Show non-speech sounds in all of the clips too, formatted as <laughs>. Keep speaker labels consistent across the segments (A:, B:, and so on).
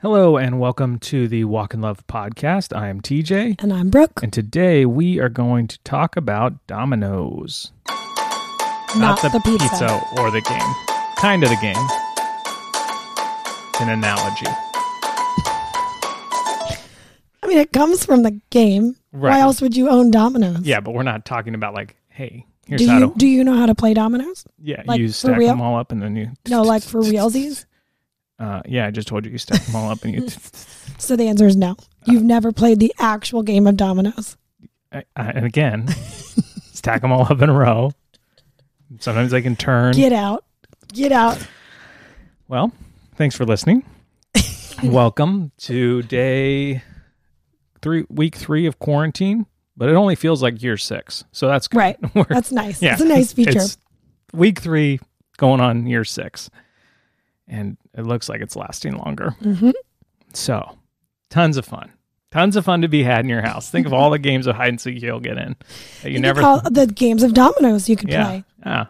A: Hello and welcome to the Walk in Love podcast. I am TJ,
B: And I'm Brooke.
A: and today we are going to talk about dominoes.
B: Not the pizza.
A: or the game. Kind of the game. It's an analogy.
B: I mean, it comes from the game.
A: Right.
B: Why else would you own dominoes?
A: Yeah, but we're not talking about like, hey, here's
B: Do
A: how
B: you
A: to
B: do you know how to play dominoes?
A: yeah,
B: like,
A: you
B: for
A: stack
B: real?
A: them all up and then you
B: No, like for realsies.
A: <laughs> Uh, yeah, I just told you you stack them all up and you. <laughs>
B: So the answer is no. You've
A: Uh,
B: never played the actual game of dominoes.
A: I, I, and again, stack them all up in a row. Sometimes they can turn.
B: Get out. Get out.
A: <laughs> Well, thanks for
B: <laughs>
A: listening. Welcome to day three, week three of quarantine, but it only feels like year six. So that's good.
B: Right.
A: <laughs> We're-
B: That's nice. It's a nice feature.
A: it's week three going on year six. And it looks like it's lasting longer.
B: Mhm.
A: So tons of fun. Tons of fun to be had in your house. Think of all
B: <laughs>
A: the games of hide and seek you'll get in that you,
B: could
A: never
B: call the games of dominoes you
A: <laughs>
B: could
A: yeah,
B: play.
A: Yeah.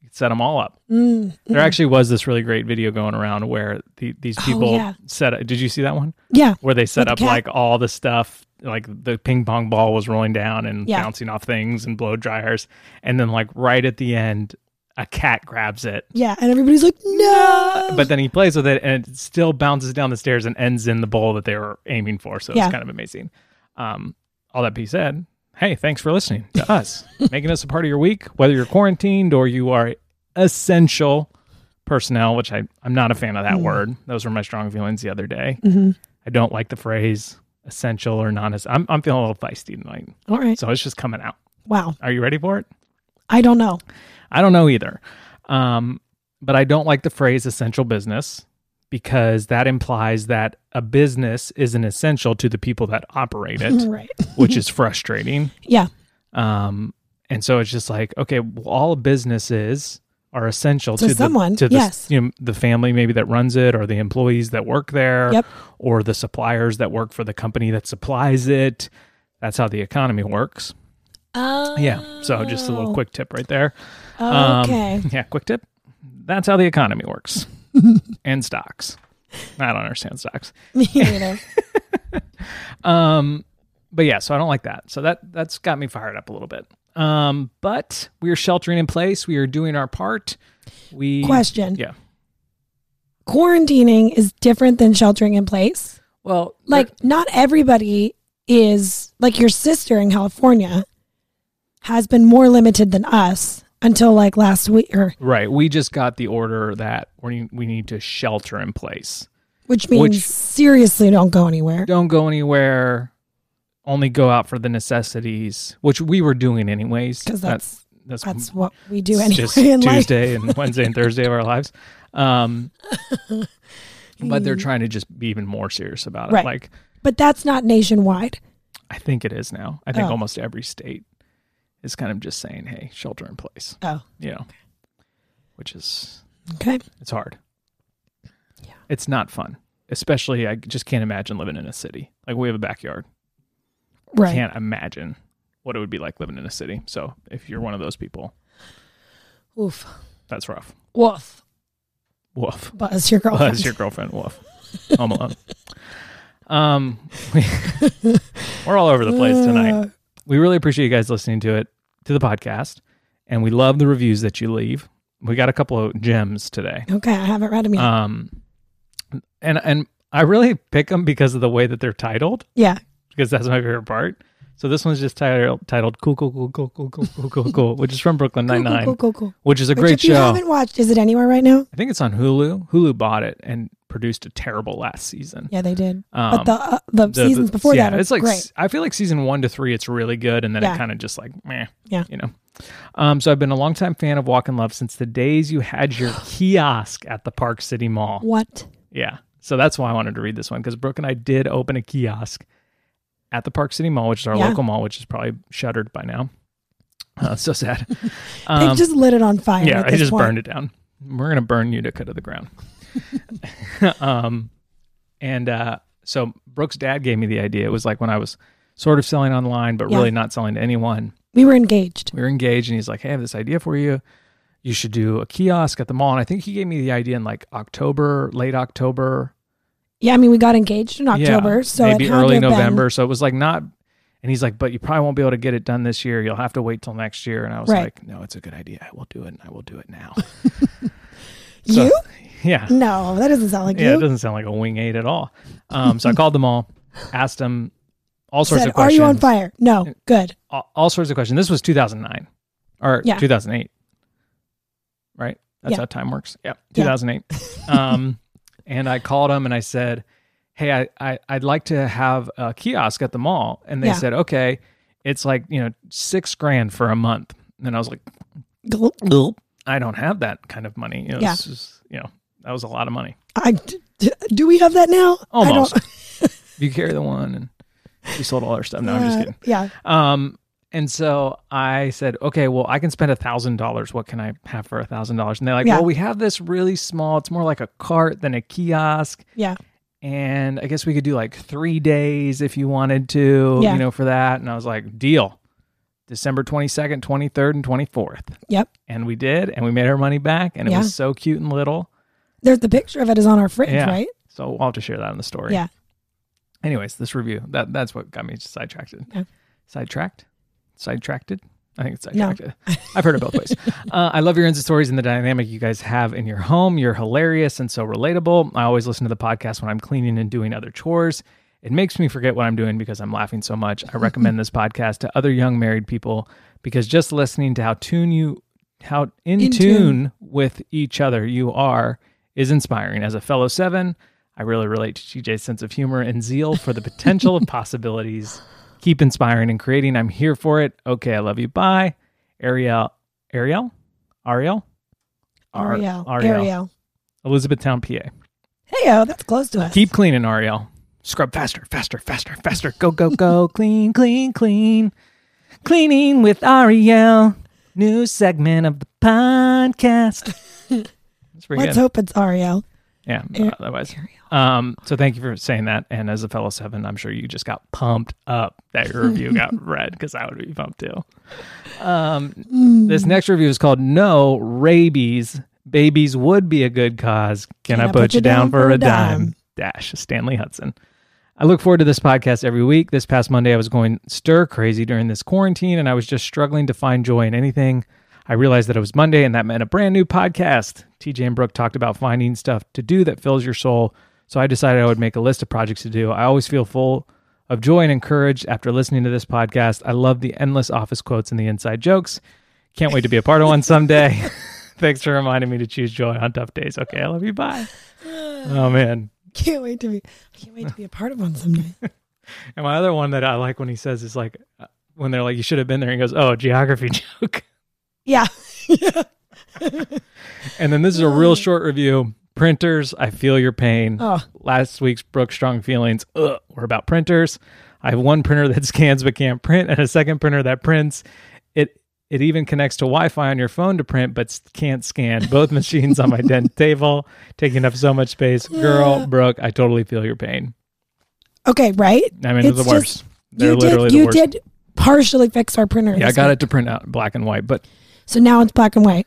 A: You could set them all up.
B: Mm.
A: There actually was this really great video going around where the, these
B: Oh,
A: people
B: yeah.
A: set up. Did you see that one?
B: Yeah.
A: Where they set
B: With the
A: up
B: cat.
A: like all the stuff, like the ping pong ball was rolling down and
B: Yeah.
A: bouncing off things and blow dryers. And then, like, right at the end, a cat grabs it.
B: Yeah. And everybody's like, no.
A: But then he plays with it and it still bounces down the stairs and ends in the bowl that they were aiming for. So
B: Yeah.
A: it's kind of amazing. Um, all that being said, hey, thanks for listening to us, making us a part of your week, whether you're quarantined or you are essential personnel, which I, I'm not a fan of that word. Those were my strong feelings the other day. I don't like the phrase essential or non essential. I'm, I'm feeling a little feisty tonight.
B: All right.
A: So it's just coming out.
B: Wow.
A: Are you ready for it?
B: I don't know.
A: I don't know either. Um, but I don't like the phrase essential business because that implies that a business isn't essential to the people that operate
B: <laughs>
A: it,
B: Right.
A: which is frustrating.
B: Yeah.
A: Um, and so it's just like, okay, well, all businesses are essential
B: To
A: to,
B: someone,
A: the, to the,
B: yes.
A: you know, the family maybe that runs it or the employees that work there
B: Yep.
A: or the suppliers that work for the company that supplies it. That's how the economy works.
B: Oh.
A: Yeah. So just a little quick tip right there. Um,
B: Okay.
A: yeah, quick tip. That's how the economy works. and stocks. I don't understand stocks.
B: <laughs> Me neither.
A: Um, but yeah, so I don't like that. So that that's got me fired up a little bit. Um, but we are sheltering in place. We are doing our part. We
B: Question.
A: Yeah.
B: Quarantining is different than sheltering in place.
A: Well,
B: like not everybody is like your sister in California has been more limited than us until like last week or
A: right. We just got the order that we we need to shelter in place.
B: which means
A: Which-
B: seriously don't go anywhere.
A: Don't go anywhere. Only go out for the necessities, which we were doing anyways.
B: 'Cause that's-
A: that's,
B: That's what we do
A: It's
B: anyway
A: just
B: in life.
A: Tuesday and Wednesday and Thursday of our lives.
B: <laughs>
A: Um, but they're trying to just be even more serious about it.
B: Right.
A: Like
B: But that's not nationwide.
A: I think it is now. I think
B: Oh.
A: almost every state is kind of just saying, "Hey, shelter in place,"
B: Oh,
A: you know, which is
B: okay.
A: it's hard. Yeah, it's not fun. Especially, I just can't imagine living in a city. Like we have a backyard.
B: Right.
A: Can't imagine what it would be like living in a city. So if you're one of those people,
B: Oof.
A: that's rough.
B: Woof.
A: Woof.
B: Buzz your girlfriend.
A: Was your girlfriend Wolf? Home Alone. Um, <laughs> we're all over the place tonight.
B: Uh,
A: We really appreciate you guys listening to it, to the podcast, and we love the reviews that you leave. We got a couple of gems today.
B: Okay, I haven't read them yet.
A: Um, and and I really pick them because of the way that they're titled,
B: yeah.
A: because that's my favorite part. So this one's just titled titled "Cool Cool Cool Cool Cool Cool Cool Cool Cool," which is from Brooklyn Nine
B: Cool, cool, cool,
A: Nine,
B: cool, cool.
A: which is a
B: Which
A: great
B: if you
A: show.
B: haven't watched, is it anywhere right now?
A: I think it's on Hulu. Hulu bought it and produced a terrible last season.
B: Yeah, they did.
A: Um,
B: but the, uh, the
A: the-
B: seasons
A: the-
B: before
A: yeah,
B: that,
A: it's like
B: great.
A: s- I feel like season one to three, it's really good, and then
B: Yeah.
A: it kind of just like meh,
B: Yeah.
A: you know. Um, so I've been a longtime fan of Walk in Love since the days you had
B: <gasps>
A: your kiosk at the Park City Mall.
B: What?
A: Yeah, so that's why I wanted to read this one because Brooke and I did open a kiosk at the Park City Mall, which is our
B: Yeah.
A: local mall, which is probably shuttered by now. Uh, so sad.
B: <laughs>
A: Um,
B: They just lit it on fire.
A: Yeah,
B: at
A: I
B: this
A: just
B: point.
A: burned it down. We're gonna burn Utica to the
B: <laughs>
A: ground. <laughs> um, and uh, so Brooke's dad gave me the idea. It was like when I was sort of selling online, but
B: Yeah.
A: really not selling to anyone.
B: We were engaged.
A: We were engaged, and he's like, "Hey, I have this idea for you. You should do a kiosk at the mall." And I think he gave me the idea in like October, late October,
B: Yeah, I mean, we got engaged in October,
A: yeah,
B: so it
A: maybe
B: had
A: early
B: to have been-
A: November. So it was like not. And he's like, but you probably won't be able to get it done this year. You'll have to wait till next year. And I was
B: Right.
A: like, no, it's a good idea. I will do it, and I will do it
B: <laughs>
A: now. So-
B: You?
A: <laughs> yeah,
B: No, that doesn't sound like
A: yeah. It
B: you.
A: doesn't sound like a wing eight at all. Um, so I called them
B: <laughs>
A: all, asked them all sorts
B: Said,
A: of
B: Are
A: questions.
B: you on fire? No, good.
A: all, all sorts of questions. This was 2009 or
B: Yeah.
A: 2008, right? That's
B: Yeah.
A: how time works. Yeah,
B: Yeah. <laughs>
A: 2008. um, and I called them and I said, "Hey, I, I I'd like to have a kiosk at the mall." And they
B: Yeah.
A: said, "Okay, it's like you know six grand for a month." And I was like,
B: Gl-
A: "I don't have that kind of money." You know,
B: Yeah.
A: this is- you know that was a lot of money.
B: I, d- d- do we have that now? I don't-
A: Almost. you carry the one, and we sold all our stuff. No, I'm just
B: Uh,
A: kidding.
B: Yeah.
A: Um, and so I said, okay, well, I can spend a thousand dollars. What can I have for a thousand dollars? And they're like,
B: Yeah.
A: well, we have this really small. It's more like a cart than a kiosk,
B: Yeah.
A: and I guess we could do like three days if you wanted to,
B: Yeah.
A: you know, for that. And I was like, deal. December twenty second, twenty third, and twenty fourth,
B: Yep.
A: and we did, and we made our money back, and it
B: Yeah.
A: was so cute and little.
B: There's the picture of it is on our fridge,
A: Yeah.
B: right?
A: So I'll have to share that in the story.
B: Yeah.
A: Anyways, this review that that's what got me sidetracked.
B: Yeah.
A: Sidetracked, sidetracked. I think it's
B: No.
A: sidetracked. I've heard it both
B: <laughs>
A: ways. Uh, I love your Insta stories and the dynamic you guys have in your home. You're hilarious and so relatable. I always listen to the podcast when I'm cleaning and doing other chores. It makes me forget what I'm doing because I'm laughing so much. I
B: <laughs>
A: recommend this podcast to other young married people because just listening to how tune you how in, tune,
B: In tune.
A: with each other you are is inspiring. As a fellow seven, I really relate to TJ's sense of humor and zeal for the potential <laughs> of possibilities. Keep inspiring and creating. I'm here for it. Okay, I love you. Bye. Ariel, Ariel, Ariel, Ar-
B: Ariel.
A: Ariel,
B: Ariel.
A: Elizabethtown, PA.
B: Hey, oh, that's close to us.
A: Keep cleaning, Ariel. Scrub faster, faster, faster, faster. Go, go, go. clean, clean, clean. Cleaning with Ariel. New segment of the podcast. That's pretty
B: Let's
A: good.
B: hope it's Ariel.
A: Yeah,
B: Ar-
A: otherwise. Um, so thank you for saying that. And as a fellow seven, I'm sure you just got pumped up that your review <laughs> got read because I would be pumped too. Um, this next review is called "No Rabies Babies Would Be a Good Cause." Can, I, put, you down, for a dime? Dash Stanley Hudson. I look forward to this podcast every week. This past Monday, I was going stir crazy during this quarantine, and I was just struggling to find joy in anything. I realized that it was Monday, and that meant a brand new podcast. TJ and Brooke talked about finding stuff to do that fills your soul, so I decided I would make a list of projects to do. I always feel full of joy and encouraged after listening to this podcast. I love the endless office quotes and the inside jokes. Can't wait to be a part of one someday. <laughs> Thanks for reminding me to choose joy on tough days. Okay, I love you. Bye. Oh man.
B: Can't wait to be. I can't wait to be a part of one
A: <laughs>
B: someday.
A: And my other one that I like when he says is like uh, when they're like, "You should have been there." He goes, "Oh, geography <laughs> joke."
B: Yeah. <laughs>
A: Mm. And then this is a real short review. Printers, I feel your pain.
B: Oh.
A: Last week's Brooke Strong feelings ugh, were about printers. I have one printer that <laughs> scans but can't print, and a second printer that prints. It it even connects to Wi-Fi on your phone to print, but s- can't scan. Both <laughs> machines on my den table, taking up so much space. Girl, Brooke, I totally feel your pain.
B: Okay. Right.
A: I mean, they're
B: It's
A: the
B: just-
A: worst. They're
B: you
A: literally
B: did.
A: the
B: You
A: worst.
B: did partially fix our printer.
A: Yeah, I
B: this
A: got
B: week.
A: it to print out black and white, but
B: So now it's black and white.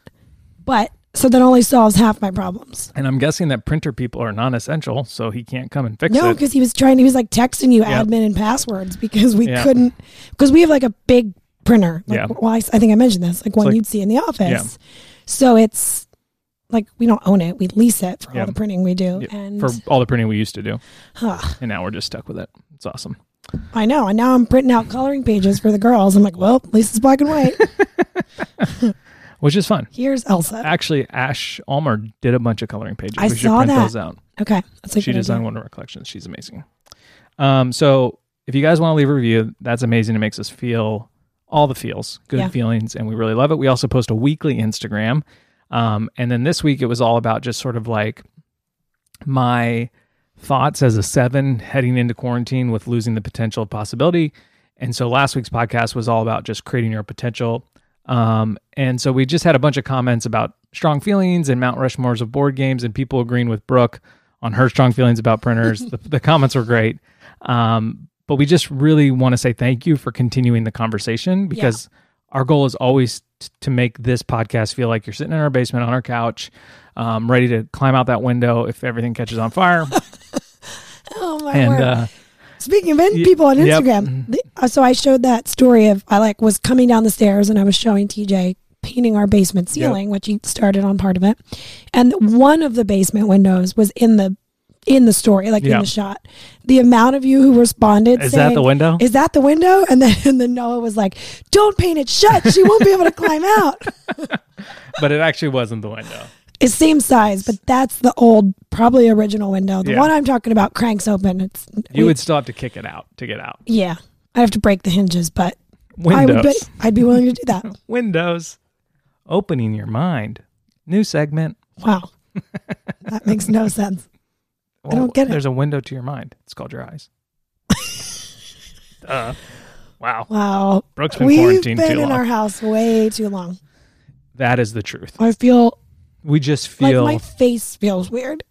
B: But so that only solves half my problems.
A: and I'm guessing that printer people are non-essential, so he can't come and fix
B: No,
A: it.
B: because he was trying. He was like texting you
A: Yeah.
B: admin and passwords because we
A: Yeah.
B: couldn't. Because we have like a big printer. Like,
A: Yeah.
B: Well, I, s- I think I mentioned this. Like one
A: like-
B: you'd see in the office.
A: Yeah.
B: So it's like we don't own it. We lease it for
A: Yeah.
B: all the printing we do.
A: Yeah,
B: and
A: for all the printing we used to do,
B: huh,
A: and now we're just stuck with it. It's awesome.
B: I know. And now I'm printing out coloring pages for the girls. I'm like, well, at least it's black and
A: <laughs>
B: white.
A: which is fun.
B: Here's Elsa.
A: Actually, Ash Almer did a bunch of coloring pages.
B: I
A: we should
B: saw
A: print
B: that.
A: those out.
B: Okay. That's a
A: Ah. She
B: good idea.
A: designed one of our collections. She's amazing. Um, so if you guys want to leave a review, that's amazing. It makes us feel all the feels, good
B: Yeah.
A: feelings, and we really love it. We also post a weekly Instagram. Um, and then this week it was all about just sort of like my thoughts as a seven heading into quarantine with losing the potential of possibility. And so last week's podcast was all about just creating your potential. Um, and so we just had a bunch of comments about strong feelings and Mount Rushmores of board games and people agreeing with Brooke on her strong feelings about
B: <laughs>
A: printers. the, the comments were great. Um, but we just really want to say thank you for continuing the conversation because our goal is always t- to make this podcast feel like you're sitting in our
B: <laughs>
A: basement on our couch, um, ready to climb out that window if everything catches on fire.
B: Oh my
A: and
B: word.
A: uh,
B: Speaking of in-
A: y-
B: people on
A: yep.
B: Instagram, the, uh, so I showed that story of I like was coming down the stairs and I was showing TJ painting our basement ceiling, which he started on part of it, and one of the basement windows was in the in the story, like in
A: Yep.
B: the shot. The amount of you who responded
A: is
B: saying,
A: that the window?
B: Is that the window? And then <laughs> and then Noah was like, "Don't paint it shut. She won't be able to climb
A: <laughs>
B: out."
A: but it actually wasn't the window.
B: It's same size, but that's the old, probably original window. The
A: Yeah.
B: one I'm talking about cranks open. It's
A: You
B: we-
A: would still have to kick it out to get out.
B: yeah. I'd have to break the hinges, but I would
A: Windows.
B: bet I'd be willing to do that.
A: Windows. Opening your mind. New segment.
B: Wow. That makes no sense.
A: Well,
B: don't get it.
A: There's a window to your mind. It's called your
B: <laughs>
A: eyes. uh, wow.
B: Wow.
A: Brooke's been
B: We've been
A: quarantined too
B: in
A: long.
B: our house way too long.
A: that is the truth.
B: I feel
A: We just feel
B: like my face
A: <laughs>
B: feels weird.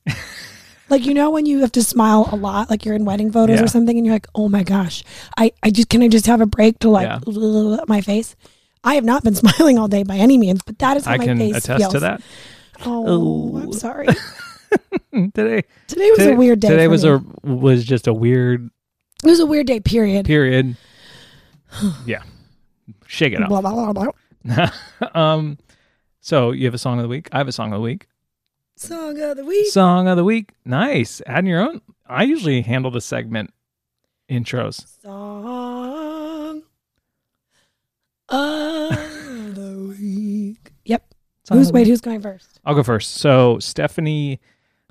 B: like you know when you have to smile a lot, like you're in wedding photos
A: Yeah.
B: or something, and you're like, oh my gosh, I, I just can I just have a break to like
A: Yeah.
B: my face. I have not been <laughs> smiling all day by any means, but that is how
A: I
B: my
A: can
B: face
A: attest
B: feels.
A: to that. <laughs>
B: Oh,
A: Oh.
B: I'm sorry.
A: Today
B: Today was
A: today,
B: a weird day.
A: Today
B: for
A: was
B: me.
A: a was just a weird
B: it was a weird day. Period.
A: period.
B: <sighs>
A: yeah. Shake it
B: Blah, blah, blah, blah.
A: up. <laughs> um so you have a song of the week. I have a song of the week.
B: Song of the week.
A: Song of the week. Nice. Adding your own. I usually handle the segment intros.
B: Song of the week. Yep.
A: Song
B: who's
A: of the
B: wait?
A: week.
B: Who's going first?
A: I'll go first. So Stephanie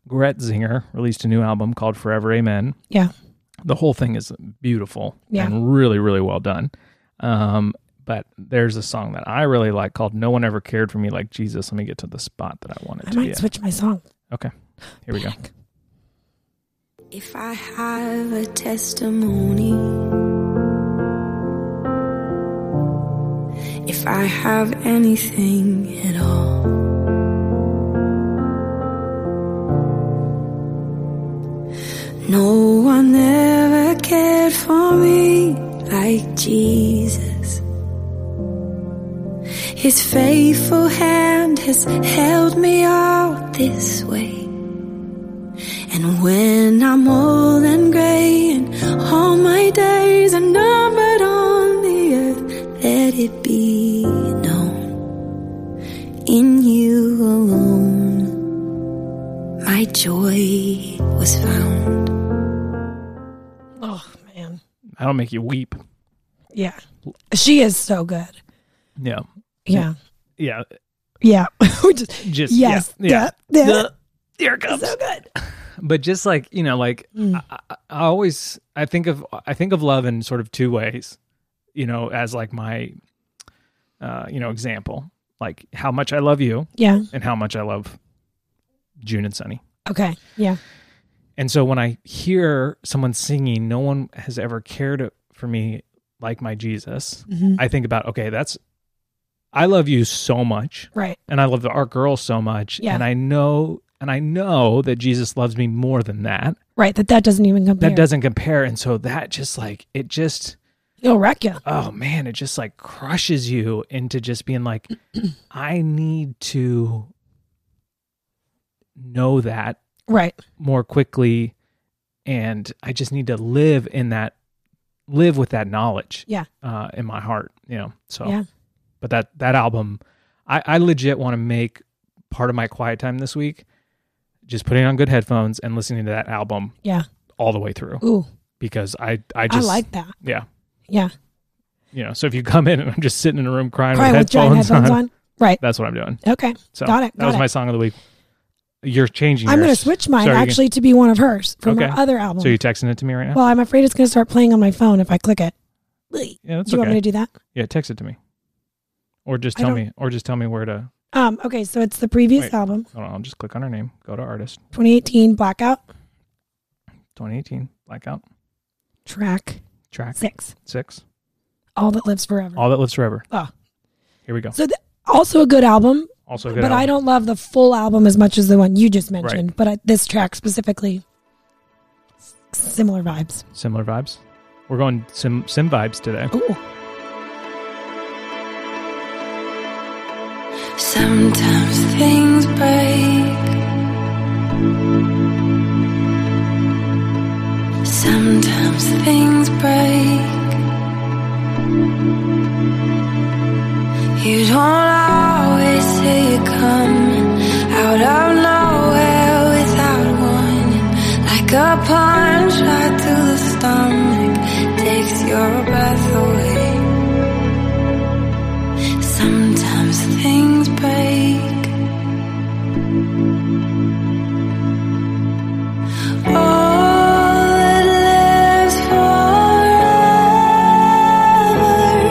A: Gretzinger released a new album called Forever Amen.
B: Yeah.
A: The whole thing is beautiful
B: Yeah.
A: and really, really well done. Um, but there's a song that I really like called No One Ever Cared for Me Like Jesus. Let me get to the spot that I wanted
B: I
A: to be
B: might
A: at.
B: switch my song.
A: Okay. Here we go.
C: If I have a testimony, if I have anything at all, no one ever cared for me like Jesus. His faithful hand has held me all this way. And when I'm old and gray and all my days are numbered on the earth, let it be known in you alone my joy was found.
B: Oh man,
A: That'll make you weep.
B: yeah, she is so good.
A: Yeah.
B: Yeah,
A: Yeah.
B: yeah. <laughs> We just-
A: Just
B: yes,
A: yeah. yeah.
B: that- that-
A: Duh. Here it comes.
B: so good.
A: but just like you know like
B: Mm.
A: I, I, I always i think of i think of love in sort of two ways you know as like my uh you know example like how much i love you
B: Yeah.
A: and how much i love june and sunny
B: Okay. Yeah.
A: and so when i hear someone singing no one has ever cared for me like my jesus
B: Mhm.
A: i think about okay that's i love you so much
B: Right.
A: and i love the art girl so much
B: Yeah.
A: and i know and i know that jesus loves me more than that
B: Right. That that doesn't even compare.
A: that doesn't compare and so that just like it just
B: It'll wreck you.
A: oh man it just like crushes you into just being like <clears throat> i need to know that
B: Right.
A: more quickly and i just need to live in that live with that knowledge
B: Yeah.
A: uh in my heart you know so
B: Yeah.
A: but that that album i i legit want to make part of my quiet time this week just putting on good headphones and listening to that album
B: Yeah.
A: all the way through
B: Ooh,
A: because i i
B: I,
A: just
B: like that.
A: yeah
B: Yeah.
A: you know, so if you come in and I'm just sitting in a room crying,
B: Crying
A: with,
B: with giant
A: headphones
B: headphones
A: on,
B: on. Right.
A: that's what I'm doing.
B: Okay.
A: So
B: Got it,
A: that was
B: got it.
A: my song of the week. You're changing.
B: I'm
A: yours.
B: going to switch mine
A: Sorry, you can-
B: actually to be one of hers from
A: Okay.
B: her other album.
A: So you're texting it to me right now?
B: well, I'm afraid it's going to start playing on my phone if I click it.
A: yeah, that's
B: do you
A: okay.
B: want me to do that?
A: yeah, text it to me, or just
B: I
A: tell
B: don't-
A: me, or just tell me where to.
B: Um, okay, so it's the previous
A: Wait.
B: album,
A: Hold on, I'll just click on her name. Go to artist
B: 2018 Blackout,
A: 2018 blackout
B: track
A: track
B: six,
A: six.
B: All That Lives Forever.
A: All that lives forever.
B: Oh.
A: Here we go.
B: so th- also a good album,
A: Also a
B: but
A: good.
B: I
A: album.
B: don't love the full album as much as the one you just mentioned. But I, this track specifically, s- similar vibes.
A: similar vibes. We're going sim sim vibes today.
B: Ooh,
C: Sometimes things break. Sometimes things break. You don't always see it coming out of nowhere without warning. Like a punch right through the stomach takes your breath away. Sometimes things break. All that lives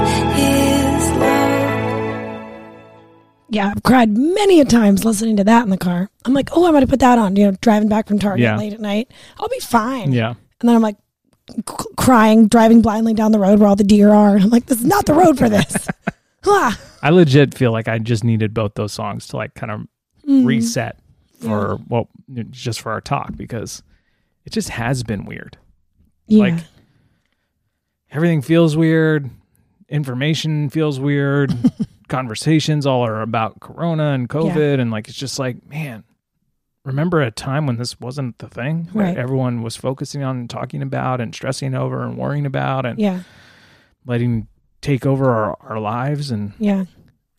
C: forever is love.
B: Yeah, I've cried many a times listening to that in the car. I'm like, oh, I'm going to put that on, you know, driving back from Target
A: Yeah.
B: late at night. I'll be fine.
A: Yeah.
B: And then I'm like c- crying, driving blindly down the road where all the deer are. And I'm like, this is not the road for
A: <laughs>
B: this. Ah.
A: I legit feel like I just needed both those songs to like kind of
B: Mm-hmm.
A: reset for well just for our talk because it just has been weird.
B: Yeah.
A: Like everything feels weird, information feels weird,
B: <laughs>
A: conversations all are about corona and COVID and like it's just like, man, remember a time when this wasn't the thing that
B: Right.
A: everyone was focusing on and talking about and stressing over and worrying about and
B: yeah.
A: letting take over our, our lives and
B: Yeah.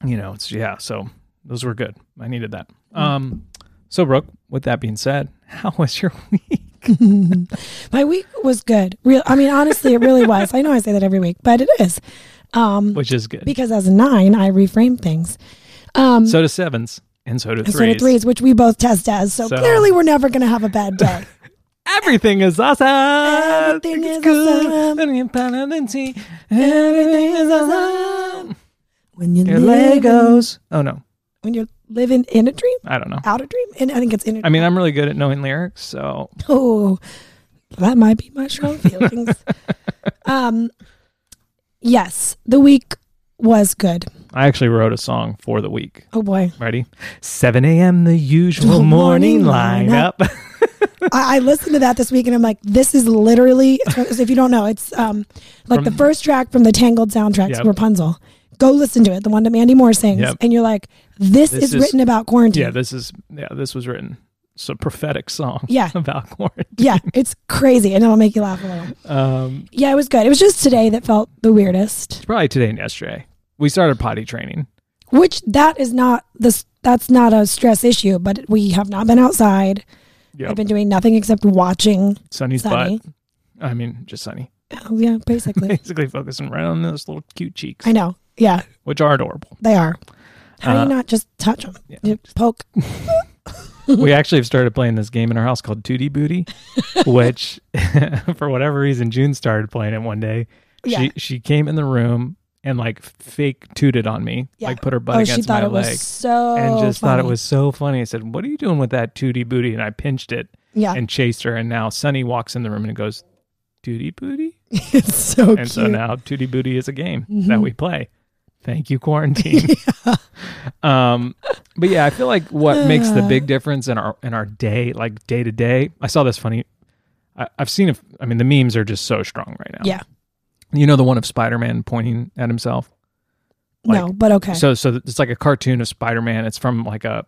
A: you know, it's yeah. So those were good. I needed that. Um, so Brooke, with that being said, <laughs> how was your week?
B: My week was good. Real. I mean, honestly, it really was. I know I say that every week, but it is. Um,
A: Which is good.
B: because as a nine, I reframe things. Um,
A: so do sevens, and so do
B: and
A: threes.
B: so do threes, which we both test as. So,
A: So-
B: clearly, we're never going to have a
A: <laughs>
B: bad day.
A: Everything is awesome.
B: Everything
A: It's
B: is
A: good.
B: awesome.
A: When you're part of the team, Everything is awesome.
B: when you
A: Your
B: live in-
A: Legos. Oh no,
B: when you're living in a dream,
A: I don't know.
B: out a dream, and I think it's in a
A: I mean, I'm really good at knowing lyrics, so
B: Oh, that might be my
A: <laughs>
B: strong feelings. um, yes, the week was good.
A: I actually wrote a song for the week.
B: Oh boy,
A: Ready? 7 a.m. The usual morning
B: Morning
A: lineup.
B: I, I listened to that this week and I'm like, this is literally. If you don't know, it's um like the first track from the Tangled soundtrack,
A: Yep.
B: Rapunzel. Go listen to it, the one that Mandy Moore sings,
A: Yep.
B: and you're like, this,
A: This
B: is,
A: is-
B: written about quarantine.
A: yeah, this is yeah, this was written. It's a prophetic song.
B: Yeah.
A: <laughs> about quarantine.
B: yeah, it's crazy, and it'll make you laugh a little.
A: Um,
B: Yeah, it was good. It was just today that felt the weirdest.
A: probably today and yesterday. We started potty training.
B: Which that is not this. That's not a stress issue, but we have not been outside.
A: Yeah,
B: I've been doing nothing except watching
A: Sunny's
B: Sunny.
A: butt. I mean, just
B: <laughs>
A: Sunny.
B: Oh, yeah,
A: <laughs>
B: basically.
A: Basically focusing right on those little cute cheeks,
B: I know. Yeah,
A: which are
B: <laughs>
A: adorable.
B: they are. How
A: Uh,
B: do you not just touch them?
A: yeah.
B: You poke.
A: we actually have started playing this game in our house called Tootie Booty,
B: <laughs>
A: which <laughs> for whatever reason June started playing it one day.
B: Yeah.
A: She she came in the room and like fake tooted on me,
B: Yeah.
A: like put her butt
B: Oh, she
A: against
B: thought
A: my
B: it was
A: leg.
B: so.
A: and just thought it
B: funny.
A: was so funny. I said, "What are you doing with that tootie booty?" And I pinched it
B: Yeah,
A: and chased her. And now Sunny walks in the room and goes, "Tootie booty."
B: <laughs> it's so
A: and
B: cute.
A: so now Tootie Booty is a game that we play. Thank you, <laughs> quarantine. Um, but yeah, I feel like what makes the big difference in our in our day, like day to day. I saw this funny. I, I've seen. If, I mean, the memes are just so strong right now.
B: yeah,
A: you know the one of Spider Man pointing at himself.
B: no, but okay.
A: So so it's like a cartoon of Spider Man. It's from like a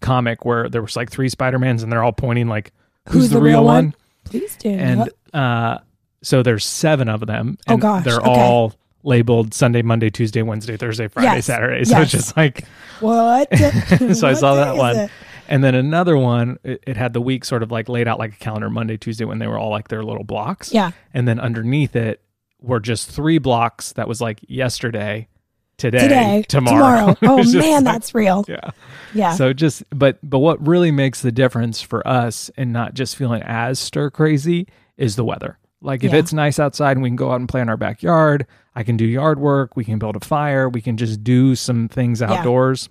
A: comic where there was like three Spider Mans and they're all pointing like who's, the, real, one?
B: Please do.
A: and uh, so there's seven of them.
B: Oh,
A: And
B: gosh,
A: They're
B: okay.
A: all labeled Sunday, Monday, Tuesday, Wednesday, Thursday, Friday,
B: Yes,
A: Saturday. <laughs> So
B: yes.
A: it's just like,
B: what?
A: <laughs> so I
B: What
A: saw
B: day
A: that
B: is
A: one.
B: it?
A: And then another one, it, it had the week sort of like laid out like a calendar Monday, Tuesday, when they were all like their little blocks.
B: Yeah.
A: And then underneath it were just three blocks that was like yesterday, today,
B: Today,
A: <laughs> tomorrow. It
B: Oh
A: was just
B: man,
A: like-
B: that's real.
A: yeah.
B: Yeah.
A: So just but but what really makes the difference for us and not just feeling as stir crazy is the weather. Like if
B: Yeah.
A: it's nice outside and we can go out and play in our backyard, I can do yard work, we can build a fire, we can just do some things outdoors.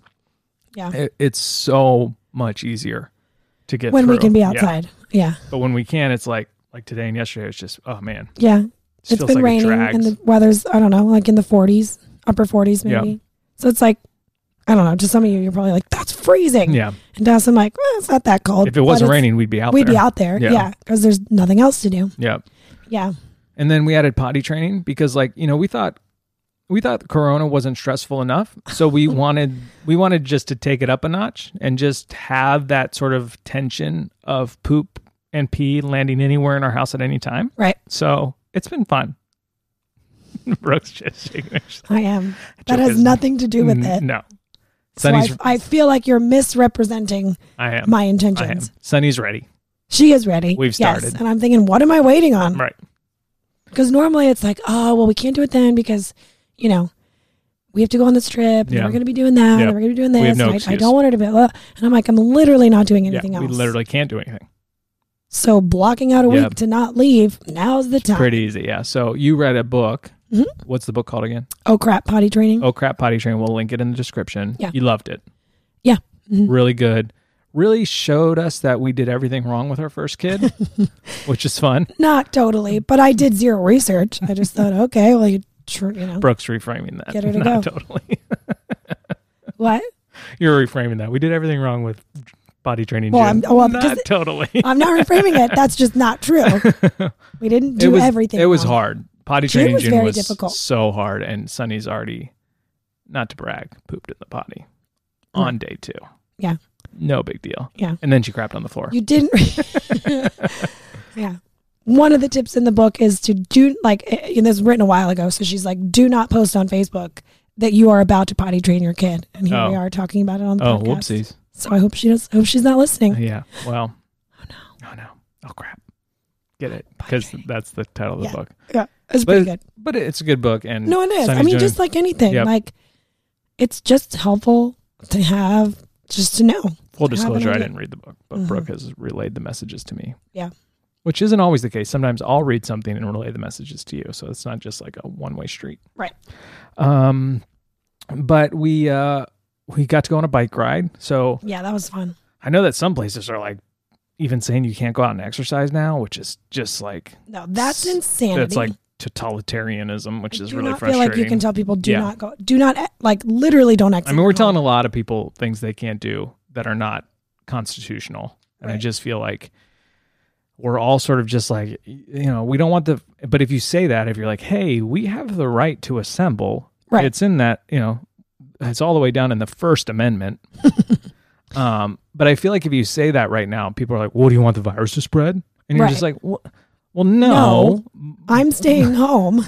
B: Yeah.
A: It- it's so much easier to get
B: when we
A: through.
B: can be
A: Yeah.
B: outside. Yeah.
A: But when we can, it's like like today and yesterday. It's just oh man, it
B: Yeah.
A: just
B: It's
A: feels
B: been
A: like it
B: raining
A: drags.
B: and <laughs> the weather's I don't know, like in the forties, upper forties maybe.
A: Yeah.
B: So it's like I don't know. To some of you, you're probably like, "That's freezing."
A: yeah,
B: And to us, I'm like, well, "It's not that cold."
A: if it
B: But
A: wasn't
B: it's-
A: raining, we'd be out.
B: we'd
A: there.
B: be out there.
A: Yeah.
B: Yeah, because there's nothing else to do.
A: Yeah.
B: Yeah,
A: And then we added potty training because like, you know, we thought we thought corona wasn't stressful enough. So
B: <laughs>
A: we wanted we wanted just to take it up a notch and just have that sort of tension of poop and pee landing anywhere in our house at any time.
B: Right.
A: So it's been fun. <laughs> Brooke's just shaking her head.
B: I am. That
A: Joke
B: has
A: is-
B: nothing to do with
A: N-
B: it.
A: No,
B: So I,
A: Sunny's-
B: I feel like you're misrepresenting
A: I am.
B: my
A: I am.
B: intentions.
A: Sunny's ready.
B: She is ready.
A: We've
B: Yes.
A: started.
B: And I'm thinking, what am I waiting on?
A: Right.
B: Because normally it's like, oh, well, we can't do it then because, you know, we have to go on this trip. And
A: Yeah.
B: We're going to be doing that.
A: Yeah.
B: And we're going to be doing
A: We
B: this.
A: have no
B: and I, I
A: excuse.
B: don't want her to be. blah. And I'm like, I'm literally not doing anything
A: yeah,
B: else.
A: we literally can't do anything.
B: So blocking out a
A: Yeah.
B: week to not leave, now's the time.
A: Pretty easy. Yeah. So you read a book.
B: Mhm.
A: What's the book called again?
B: Oh, crap. Potty training.
A: Oh crap, potty train. We'll link it in the description.
B: Yeah.
A: You loved it.
B: Yeah. Mhm.
A: Really good. Really showed us that we did everything wrong with our first
B: <laughs>
A: kid, which is fun.
B: Not totally, but I did zero research. I just
A: <laughs>
B: thought, okay, well, you, tr- you know,
A: Brooke's reframing that.
B: Get her
A: <laughs>
B: to
A: Not
B: go.
A: totally.
B: what?
A: You're reframing that. We did everything wrong with body training.
B: Well,
A: Jim.
B: I'm- well,
A: not
B: because-
A: <laughs> totally.
B: I'm not reframing it. That's just
A: <laughs>
B: not true. We didn't do
A: it was
B: everything.
A: It was
B: wrong.
A: hard. Potty
B: June
A: training
B: was
A: June
B: very
A: was
B: difficult.
A: so hard, and Sunny's already, not to brag, pooped in the potty on day two.
B: Yeah.
A: No big deal.
B: Yeah.
A: And then she crapped on the floor.
B: You didn't. <laughs> yeah. One of the tips in the book is to do like eh, and this was written a while ago. So she's like, do not post on Facebook that you are about to potty train your kid. And here
A: Oh.
B: we are talking about it on the
A: oh,
B: podcast.
A: whoopsies.
B: So I hope she does. I hope she's not listening.
A: Yeah. Well. Oh no. Oh no. Oh crap. Get it because that's the title of the
B: Yeah.
A: book.
B: Yeah, it's
A: But
B: pretty
A: it-
B: good.
A: But it's a good book, and
B: No, it is. I
A: Sunny's
B: mean,
A: doing-
B: just like anything,
A: Yep.
B: like it's just helpful to have just to
A: full
B: know. I have an
A: disclosure, I
B: idea.
A: didn't read the book, but
B: Mhm.
A: Brooke has relayed the messages to me.
B: Yeah.
A: Which isn't always the case. Sometimes I'll read something and relay the messages to you, so it's not just like a one way street.
B: Right.
A: Um, but we uh we got to go on a bike ride, so
B: Yeah, that was fun.
A: I know that some places are like even saying you can't go out and exercise now, which is just like
B: No, that's
A: S-
B: insanity.
A: that's like totalitarianism, which
B: I
A: is
B: do
A: really
B: not feel
A: frustrating.
B: like you can tell people do
A: Yeah.
B: not go, do not eh, like literally don't exit.
A: I mean, we're
B: your home.
A: telling a lot of people things they can't do that are not constitutional. And I
B: Right.
A: just feel like we're all sort of just like, you know, we don't want the, but if you say that, if you're like, hey, we have the right to assemble,
B: Right.
A: it's in that, you know, it's all the way down in the First
B: <laughs>
A: Amendment. um, but I feel like if you say that right now, people are like, well, do you want the virus to spread? And you're
B: Right.
A: just like, well, well no,
B: I'm
A: <laughs>
B: staying home.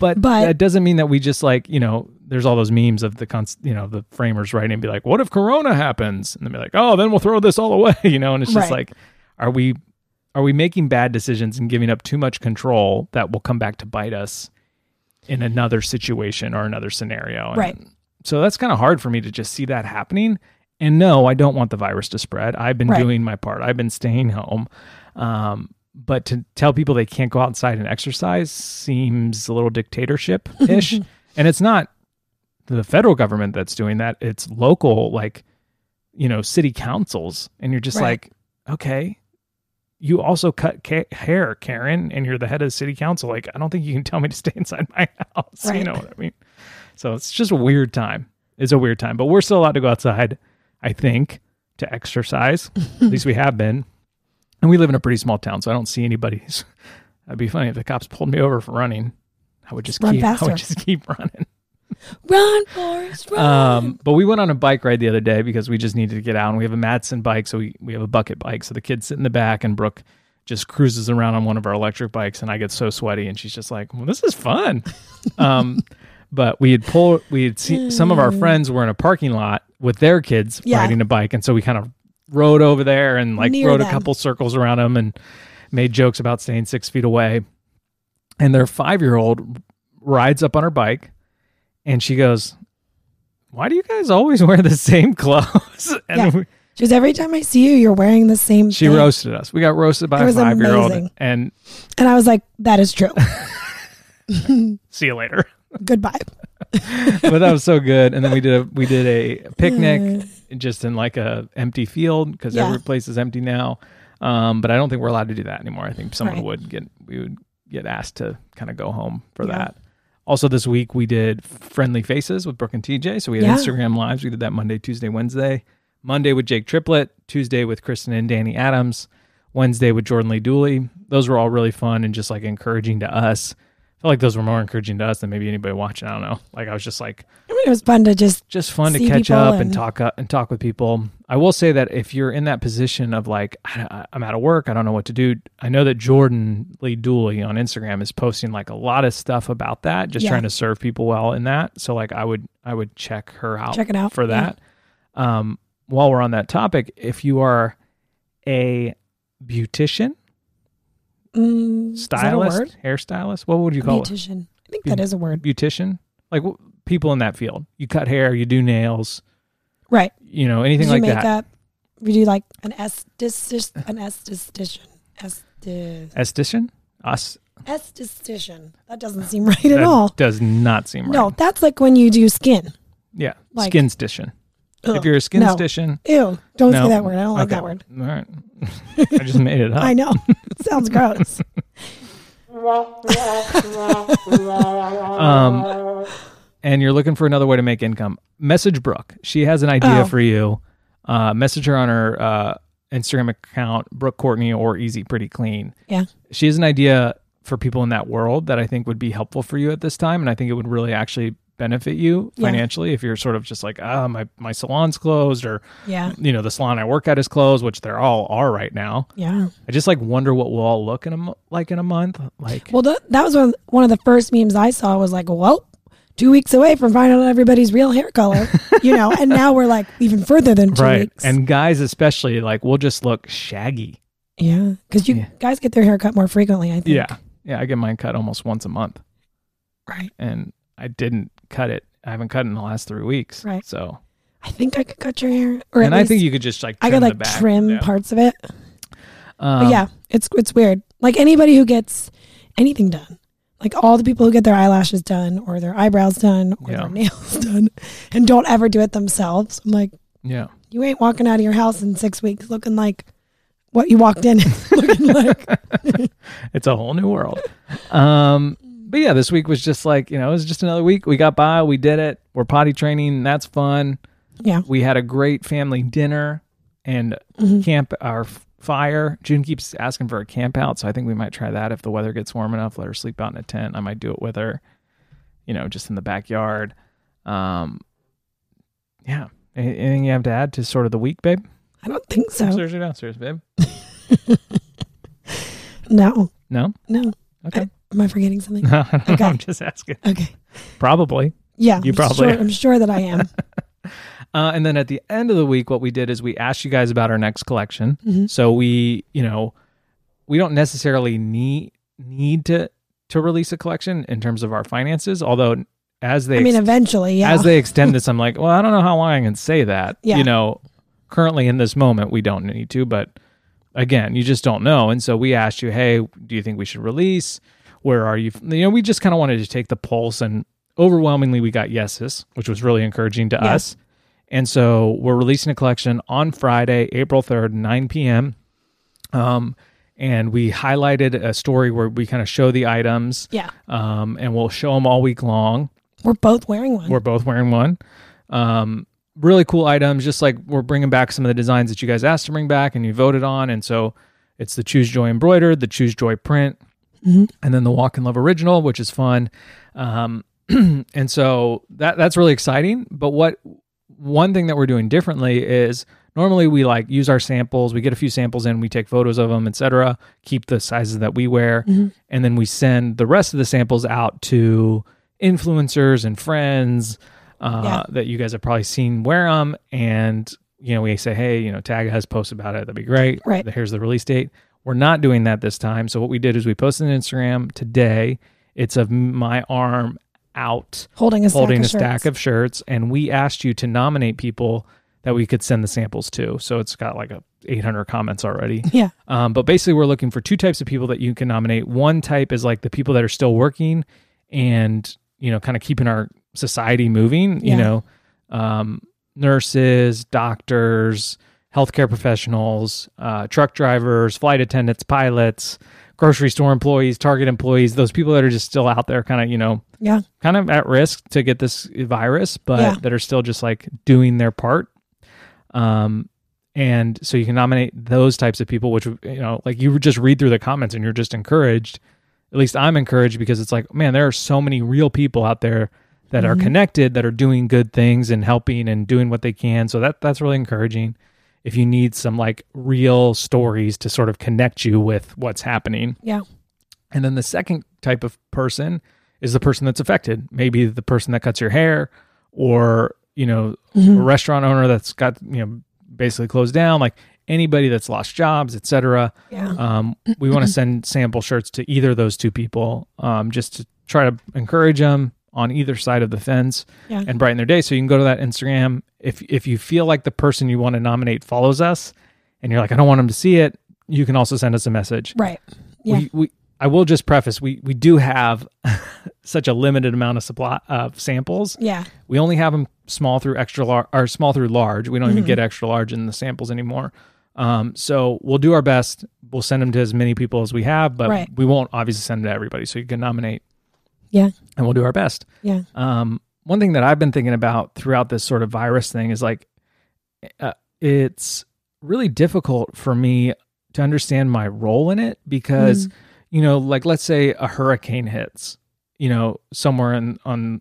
A: but,
B: But-
A: that doesn't mean that we just like you know there's all those memes of the cons- you know the framers writing and be like what if corona happens and they'll be like oh then we'll throw this all away <laughs> you know and it's just
B: Right.
A: like are we are we making bad decisions and giving up too much control that will come back to bite us in another situation or another scenario And
B: Right.
A: so that's kind of hard for me to just see that happening and no i don't want the virus to spread i've been
B: Right.
A: doing my part i've been staying home um, but to tell people they can't go outside and exercise seems a little dictatorship
B: <laughs>
A: ish. and it's not the federal government that's doing that, it's local, like, you know, city councils. And you're just
B: Right.
A: like, okay, you also cut ca- hair, Karen, and you're the head of the city council. Like, I don't think you can tell me to stay <laughs> inside my house. You
B: Right.
A: know what I mean? So it's just a weird time. It's a weird time, but we're still allowed to go outside, I think, to
B: <laughs>
A: exercise. At least we have been. And we live in a pretty small town, so I don't see anybody's. <laughs> That'd be funny if the cops pulled me over for running. I would just
B: Run
A: keep. <laughs> I
B: faster.
A: would just keep running.
B: Run, Forrest, run.
A: Um, but we went on a bike ride the other day because we just needed to get out, and we have a Madsen bike, so we we have a bucket bike. So the kids sit in the back, and Brooke just cruises around on one of our electric bikes, and I get so sweaty, and she's just like, "Well, this is
B: <laughs>
A: fun." um, but we had pulled. We had seen some of our friends were in a parking lot with their kids
B: Yeah.
A: riding a bike, and so we kind of rode over there and like
B: Near
A: rode a
B: them.
A: couple circles around them and made jokes about staying six feet away. And their five year old rides up on her bike and she goes, Why do you guys always <laughs> wear the same clothes? <laughs> And
B: Yeah.
A: we-
B: She's every time I see you, you're wearing the same.
A: she
B: thing.
A: roasted us. We got roasted by
B: It
A: a
B: was
A: five year old
B: amazing.
A: and
B: and I was like, "That
A: <laughs>
B: is true."
A: see you later. <laughs>
B: Goodbye.
A: but that was so good. And then we did a we did a picnic just in like a empty field because
B: Yeah.
A: every place is empty now. Um, but I don't think we're allowed to do that anymore. I think someone
B: Right.
A: would get we would get asked to kind of go home for
B: Yeah.
A: that. Also, this week we did friendly faces with Brooke and TJ. So we had
B: Yeah.
A: Instagram lives. We did that Monday, Tuesday, Wednesday. Monday with Jake Triplett. Tuesday with Kristen and Danny Adams. Wednesday with Jordan Lee Dooley. Those were all really fun and just like encouraging to us felt like those were more encouraging to us than maybe anybody watching. I don't know. Like I was just like
B: I mean, it was fun to just
A: just fun to
B: See
A: catch
B: people
A: up and,
B: and-
A: talk up and talk with people. I will say that if you're in that position of like I, I- I'm out of work, I don't know what to do. I know that Jordan Lee Dooley on Instagram is posting like a lot of stuff about that, just
B: Yeah.
A: trying to serve people well in that. So like I would I would check her out,
B: Check it out,
A: Oh, for
B: yeah.
A: that. Um, while we're on that topic, if you are a beautician,
B: mm, is that a word?
A: stylist, hairstylist, what would you call it?
B: beautician. I think
A: Beau-
B: that is a word,
A: Beautician, like w- people in that field. You cut hair, you do nails,
B: right?
A: you know anything
B: You
A: like
B: make
A: that.
B: up. We do like an esthetician, an esthetician, Esti-
A: esthetician us
B: esthetician. That doesn't seem right at
A: that
B: all.
A: does not seem right
B: No, that's like when you do skin.
A: yeah
B: like-
A: skinstician
B: Ugh.
A: if you're a
B: No.
A: skinstician
B: Ew, don't
A: no.
B: say that word. I don't like
A: Okay. Oh.
B: that word.
A: all right <laughs> i just made it up <laughs>
B: I know. It sounds gross.
A: <laughs> um and you're looking for another way to make income message brooke she has an idea
B: Oh.
A: for you uh message her on her uh instagram account brooke courtney or easy pretty clean
B: Yeah.
A: she has an idea for people in that world that I think would be helpful for you at this time, and I think it would really actually benefit you
B: Yeah.
A: financially if you're sort of just like, ah, my my salon's closed, or
B: Yeah.
A: you know, the salon I work at is closed, which they're all are right now.
B: Yeah.
A: I just like wonder what we'll all look in a mo- like in a month, like
B: Well, th- that was one one of the first memes I saw was like, well, two weeks away from finding out everybody's real hair color, you know, and now we're like even further than two
A: right,
B: weeks.
A: and guys especially like we'll just look shaggy.
B: yeah, because you
A: Yeah.
B: guys get their hair cut more frequently, I think.
A: Yeah, yeah, I get mine cut almost once a month,
B: Right.
A: and I didn't cut it. I haven't cut it in the last three weeks,
B: Right.
A: So,
B: I think I could cut your hair. Or
A: and
B: at
A: I
B: least
A: think you could just like
B: I
A: trim
B: could
A: the
B: like
A: back.
B: trim
A: yeah.
B: parts of it. But
A: Um,
B: yeah, it's it's weird. Like anybody who gets anything done, like all the people who get their eyelashes done or their eyebrows done or
A: Yeah.
B: their nails <laughs> done and don't ever do it themselves. I'm like,
A: yeah.
B: you ain't walking out of your house in six weeks looking like what you walked in <laughs> looking like.
A: it's a whole new world. <laughs> Um, but yeah, this week was just like, you know, it was just another week. We got by, we did it. We're potty training. That's fun.
B: Yeah.
A: We had a great family dinner and camp our f- fire. June keeps asking for a camp out. So I think we might try that if the weather gets warm enough. Let her sleep out in a tent. I might do it with her, you know, just in the backyard. Um, yeah. A- Anything you have to add to sort of the week, babe?
B: I don't think so.
A: Upstairs or downstairs, babe?
B: No,
A: No? <laughs>
B: no.
A: Okay.
B: Am I forgetting something?
A: I don't know.
B: Okay.
A: I'm just asking.
B: Okay.
A: Probably.
B: Yeah.
A: You
B: I'm
A: probably
B: sure-
A: are.
B: I'm sure that
A: <laughs>
B: I am.
A: Uh, and then at the end of the week, what we did is we asked you guys about our next collection.
B: Mhm.
A: So we, you know, we don't necessarily need need to to release a collection in terms of our finances. Although as they
B: I mean,
A: ex-
B: eventually, yeah.
A: as they extend this, I'm like, well, I don't know how long I can say that.
B: Yeah.
A: You know, currently in this moment, we don't need to, but again, you just don't know. And so we asked you, hey, do you think we should release? Where are you? f- You know, we just kind of wanted to take the pulse, and overwhelmingly, we got yeses, which was really encouraging to
B: Yeah.
A: us. And so we're releasing a collection on Friday, April 3rd, 9 p.m. Um, and we highlighted a story where we kind of show the items
B: yeah.
A: um, and we'll show them all week long.
B: We're both wearing one.
A: We're both wearing one. Um, really cool items. Just like we're bringing back some of the designs that you guys asked to bring back and you voted on. And so it's the Choose Joy embroidered, the Choose Joy print, and then the Walk in Love original, which is fun. Um, <clears throat> and so that that's really exciting. But what one thing that we're doing differently is normally we like use our samples, we get a few samples in, we take photos of them, etc. Keep the sizes that we wear, and then we send the rest of the samples out to influencers and friends uh,
B: Yeah.
A: that you guys have probably seen wear them. And you know, we say, hey, you know, tag us, post about it. That'd be great.
B: Right.
A: Here's the release date. We're not doing that this time. So what we did is we posted on Instagram today. It's of my arm out
B: holding a stack
A: holding
B: of
A: a stack
B: shirts.
A: of shirts and we asked you to nominate people that we could send the samples to so it's got like a 800 comments already
B: Yeah.
A: um, but basically we're looking for two types of people that you can nominate one type is like the people that are still working and you know kind of keeping our society moving you
B: Yeah.
A: know um, nurses doctors healthcare professionals uh, truck drivers flight attendants pilots grocery store employees target employees those people that are just still out there kind of you know
B: Yeah.
A: kind of at risk to get this virus, but
B: Yeah.
A: that are still just like doing their part. Um, and so you can nominate those types of people, which you know, like you just read through the comments and you're just encouraged. at least I'm encouraged because it's like, man, there are so many real people out there that are connected that are doing good things and helping and doing what they can. So that that's really encouraging. If you need some like real stories to sort of connect you with what's happening.
B: Yeah.
A: And then the second type of person is the person that's affected. Maybe the person that cuts your hair or, you know, a restaurant owner that's got, you know, basically closed down, like anybody that's lost jobs, et cetera.
B: Yeah.
A: Um, we want to send sample shirts to either of those two people um, just to try to encourage them on either side of the fence
B: Yeah.
A: and brighten their day. So you can go to that Instagram. If, if you feel like the person you want to nominate follows us and you're like, I don't want them to see it, you can also send us a message
B: Right. Yeah.
A: we, we I will just preface we we do have <laughs> such a limited amount of supply of samples.
B: yeah.
A: We only have them small through extra large or small through large. We don't
B: Mm-hmm.
A: even get extra large in the samples anymore. Um, so we'll do our best. We'll send them to as many people as we have, but
B: Right.
A: we won't obviously send them to everybody. So you can nominate,
B: Yeah.
A: and we'll do our best.
B: Yeah.
A: Um, one thing that I've been thinking about throughout this sort of virus thing is like, uh, it's really difficult for me to understand my role in it because, you know, like let's say a hurricane hits, you know, somewhere in on,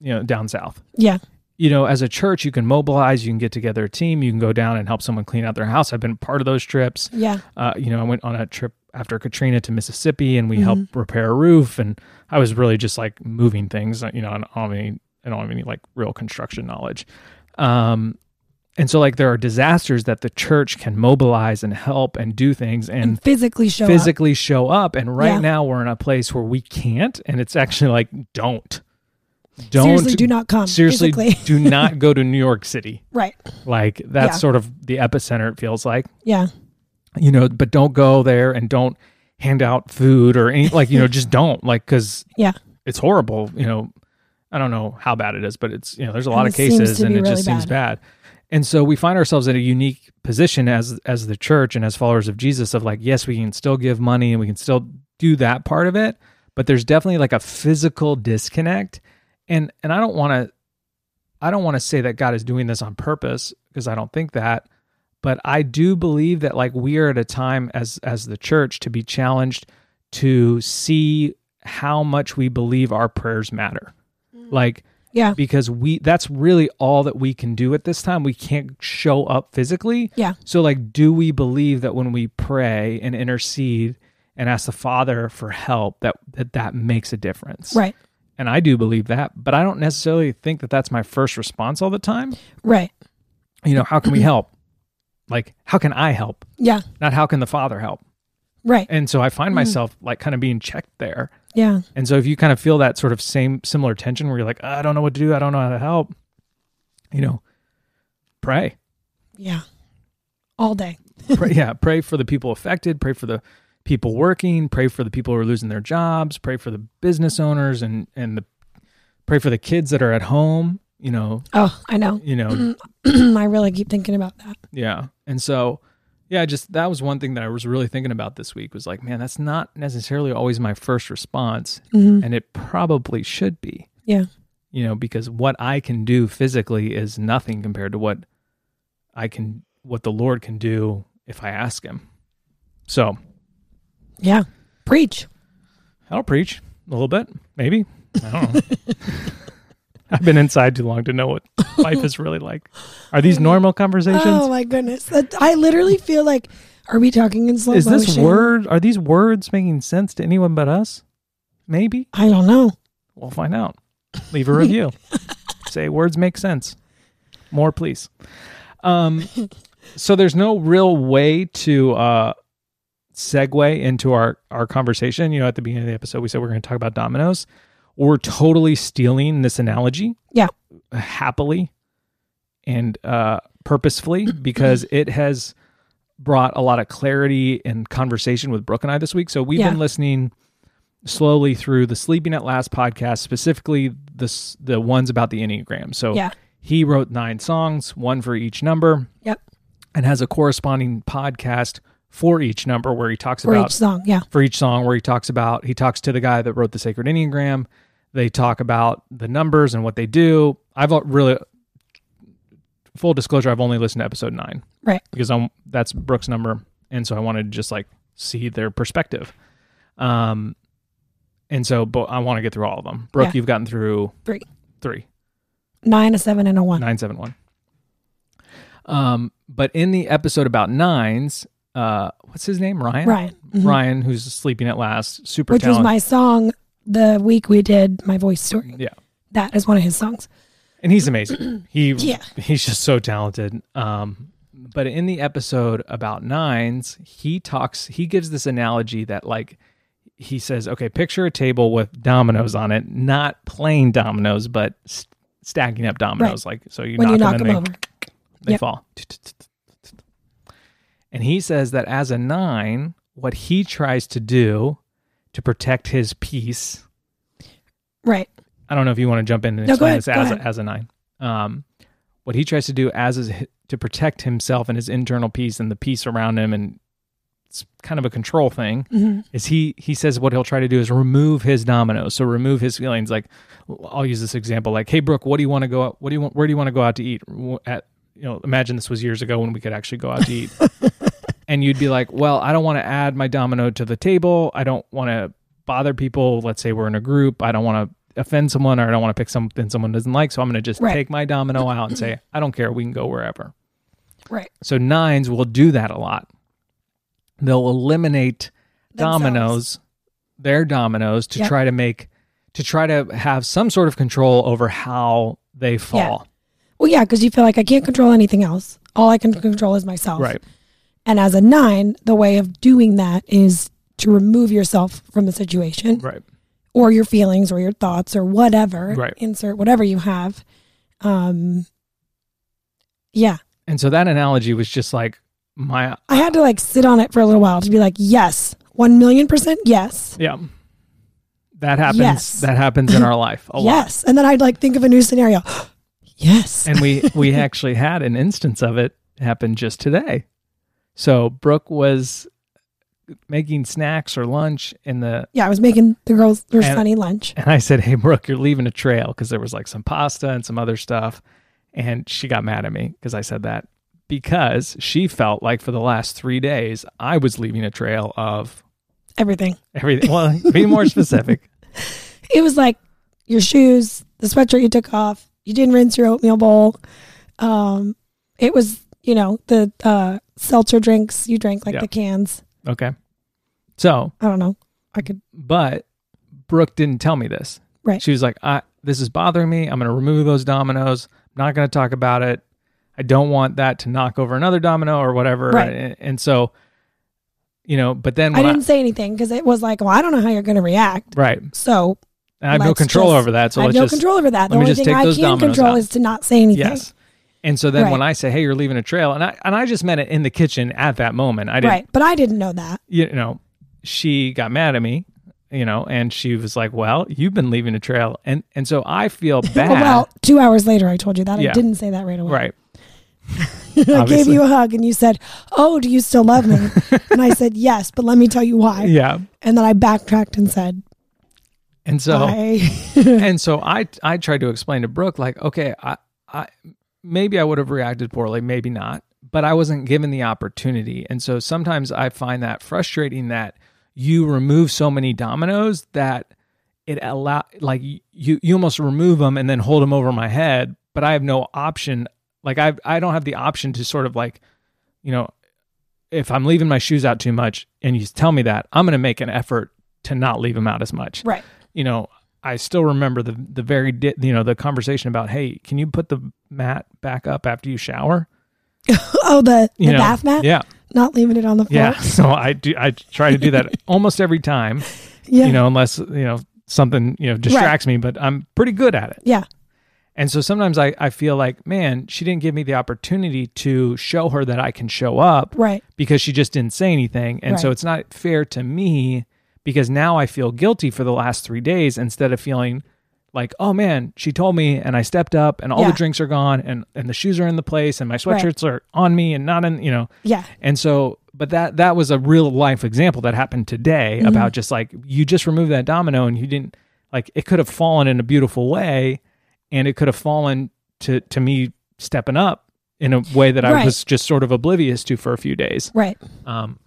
A: you know, down south.
B: Yeah.
A: You know, as a church, you can mobilize, you can get together a team, you can go down and help someone clean out their house. I've been part of those trips
B: Yeah.
A: uh, you know, I went on a trip after Katrina to Mississippi and we
B: Mm-hmm.
A: helped repair a roof. And I was really just like moving things, uh, you know, I don't have any, I don't have any like real construction knowledge. Um, and so like there are disasters that the church can mobilize and help and do things and
B: Physically show up.
A: physically show up. And right
B: Yeah.
A: now we're in a place where we can't. And it's actually like, don't, don't,
B: Seriously, do not come.
A: seriously
B: physically. <laughs>
A: do not go to New York City.
B: right. <laughs>
A: Like that's
B: Yeah.
A: sort of the epicenter. It feels like
B: Yeah.
A: you know, but don't go there and don't hand out food or any like, you know,
B: <laughs>
A: just don't like because
B: Yeah.
A: it's horrible. You know, I don't know how bad it is, but it's you know, there's a lot
B: it
A: of
B: seems
A: cases
B: to
A: and
B: be
A: it just
B: really
A: seems bad. And so we find ourselves in a unique position as as the church and as followers of Jesus of like, yes, we can still give money and we can still do that part of it, but there's definitely like a physical disconnect. And and I don't want to I don't want to say that God is doing this on purpose because I don't think that, but I do believe that like we are at a time as as the church to be challenged to see how much we believe our prayers matter.
B: Mm.
A: Like
B: Yeah.
A: because we that's really all that we can do at this time. We can't show up physically.
B: Yeah.
A: So like do we believe that when we pray and intercede and ask the Father for help that that, that makes a difference?
B: Right.
A: and I do believe that, but I don't necessarily think that that's my first response all the time.
B: Right.
A: You know, how can we help? Like, how can I help?
B: Yeah.
A: Not how can the Father help?
B: Right.
A: And so I find myself like kind of being checked there.
B: Yeah.
A: And so if you kind of feel that sort of same similar tension where you're like, I don't know what to do, I don't know how to help, you know, pray.
B: Yeah. All day.
A: pray yeah, pray for the people affected, pray for the people working, pray for the people who are losing their jobs, pray for the business owners and and the pray for the kids that are at home, you know,
B: Oh, I know.
A: you know,
B: <clears throat> I really keep thinking about that.
A: Yeah. And so, yeah, just that was one thing that I was really thinking about this week was like, man, that's not necessarily always my first response. And it probably should be,
B: Yeah.
A: you know, because what I can do physically is nothing compared to what I can, what the Lord can do if I ask Him. So
B: Yeah. Preach.
A: I'll preach a little bit, maybe. I don't know.
B: <laughs>
A: I've been inside too long to know what life is really like. Are these normal conversations?
B: Oh my goodness. That- I literally feel like are we talking in slow
A: is
B: motion?
A: this word are these words making sense to anyone but us maybe
B: I don't know.
A: we'll find out leave a review
B: <laughs>
A: say words make sense more please um so there's no real way to uh segue into our our conversation you know at the beginning of the episode we said we're going to talk about dominoes we're totally stealing this analogy
B: Yeah.
A: happily and uh, purposefully because it has brought a lot of clarity and conversation with Brooke and I this week. So we've
B: Yeah.
A: been listening slowly through the Sleeping at Last podcast, specifically the s- the ones about the Enneagram. So
B: Yeah.
A: he wrote nine songs, one for each number,
B: Yep.
A: and has a corresponding podcast for each number where he talks
B: For
A: about
B: each song. Yeah.
A: for each song where he talks about he talks to the guy that wrote the sacred enneagram they talk about the numbers and what they do i've al- really full disclosure i've only listened to episode 9
B: Right.
A: because i'm that's brooke's number and so i wanted to just like see their perspective um And so, but I want to get through all of them. Brooke,
B: Yeah.
A: you've gotten through
B: Three.
A: three,
B: Nine, a seven, and a one.
A: nine, seven, one. Um, but in the episode about nines, uh, what's his name? Ryan.
B: Ryan. Mhm.
A: Ryan, who's sleeping at last, super
B: Which was
A: talented.
B: my song the week we did my voice story.
A: yeah.
B: That is one of his songs.
A: and he's
B: <clears throat>
A: amazing. He
B: Yeah.
A: he's just so talented. Um, but in the episode about nines, he talks. He gives this analogy that like he says, okay, picture a table with dominoes on it, not plain dominoes, but st- stacking up dominoes. Like so, you
B: When
A: knock
B: you knock
A: them,
B: them
A: and
B: over.
A: they, they
B: Yep.
A: fall. And he says that as a nine, what he tries to do to protect his peace
B: Right.
A: I don't know if you want to jump in and
B: No, go
A: explain
B: ahead,
A: this
B: go
A: as a,
B: ahead.
A: as a nine. Um, what he tries to do as is hi- to protect himself and his internal peace and the peace around him, and it's kind of a control thing.
B: Mhm.
A: Mm-hmm. Is he he says what he'll try to do is remove his dominoes, so remove his feelings. Like I'll use this example, like, hey Brooke, what do you want to go out? What do you want? Where do you want to go out to eat? Wh- At you know, imagine this was years ago when we could actually go out to eat. and you'd be like, well, I don't want to add my domino to the table. I don't want to bother people. Let's say we're in a group. I don't want to offend someone or I don't want to pick something someone doesn't like. So I'm going to just
B: Right.
A: take my domino out and say, I don't care. We can go wherever.
B: Right.
A: So nines will do that a lot. They'll eliminate
B: Themselves.
A: dominoes, their dominoes to
B: Yep.
A: try to make, to try to have some sort of control over how they fall.
B: Well, yeah, because you feel like I can't control anything else. All I can control is myself.
A: Right.
B: And as a nine, the way of doing that is to remove yourself from the situation
A: Right.
B: or your feelings or your thoughts or whatever.
A: Right.
B: Insert whatever you have. Um, yeah.
A: And so that analogy was just like my,
B: I had to like sit on it for a little while to be like, yes, 1 million percent, yes.
A: Yeah. That happens.
B: Yes.
A: That happens in our life
B: <laughs>
A: a lot.
B: yes. And then I'd like think of a new scenario. <gasps> yes.
A: And we we actually had an instance of it happen just today. So Brooke was making snacks or lunch in the
B: yeah, I was making the girls their
A: And-
B: funny lunch.
A: and I said, "Hey Brooke, you're leaving a trail because there was like some pasta and some other stuff." And she got mad at me because I said that because she felt like for the last 3 days I was leaving a trail of
B: Everything.
A: everything. Well, be
B: <laughs>
A: more specific.
B: It was like your shoes, the sweatshirt you took off, you didn't rinse your oatmeal bowl. Um, it was, you know, the uh, seltzer drinks you drank, like
A: Yeah.
B: the cans.
A: Okay. So,
B: I don't know. I could,
A: but Brooke didn't tell me this.
B: Right.
A: She was like, I, this is bothering me. I'm going to remove those dominoes. I'm not going to talk about it. I don't want that to knock over another domino or whatever.
B: Right.
A: And, and so, you know, but then
B: I
A: when I,
B: didn't say anything because it was like, well, I don't know how you're going to react.
A: right,
B: So
A: I have no
B: Let's
A: control
B: just-
A: over that. So
B: I have
A: let's
B: no
A: just,
B: control over that. The
A: let me
B: only
A: just
B: thing
A: take
B: I
A: those
B: can
A: dominoes
B: control
A: out.
B: is to not say anything.
A: yes. And so then
B: Right.
A: when I say, hey, you're leaving a trail, and I, and I just meant it in the kitchen at that moment. I didn't,
B: Right. But I didn't know that.
A: you know, she got mad at me, you know, and she was like, well, you've been leaving a trail. And, and so I feel bad.
B: Oh, <laughs> well, two hours later, I told you that.
A: Yeah.
B: I didn't say that right away.
A: right.
B: <laughs> I gave
A: obviously.
B: you a hug and you said, Oh, do you still
A: <laughs>
B: love me? and I said, Yes, but let me tell you why.
A: Yeah.
B: And then I backtracked and said,
A: And so, <laughs>
B: I.
A: and so I I tried to explain to Brooke like, okay, I I maybe I would have reacted poorly, maybe not, but I wasn't given the opportunity. And so sometimes I find that frustrating that you remove so many dominoes that it allow like you you almost remove them and then hold them over my head, but I have no option. Like I I don't have the option to sort of like, you know, if I'm leaving my shoes out too much and you tell me that, I'm going to make an effort to not leave them out as much
B: right. <laughs>
A: you know, I still remember the the very di- you know the conversation about hey, can you put the mat back up after you shower?
B: Oh, the, the
A: You know,
B: bath mat?
A: Yeah,
B: Not leaving it on the floor.
A: yeah. <laughs> So I do I try to do that almost every time,
B: <laughs> Yeah.
A: you know, unless you know something you know distracts me, but I'm pretty good at it.
B: yeah.
A: And so sometimes I I feel like man, she didn't give me the opportunity to show her that I can show up
B: Right.
A: because she just didn't say anything. And so
B: Right.
A: it's not fair to me because now I feel guilty for the last three days instead of feeling like, oh man, she told me and I stepped up and all
B: Yeah.
A: the drinks are gone and, and the shoes are in the place and my sweatshirts are on me and not in, you know.
B: Yeah.
A: And so, but that, that was a real life example that happened today
B: Mm-hmm.
A: about just like, you just removed that domino and you didn't, like, it could have fallen in a beautiful way and it could have fallen to, to me stepping up in a way that I
B: Right.
A: was just sort of oblivious to for a few days.
B: Right.
A: Um,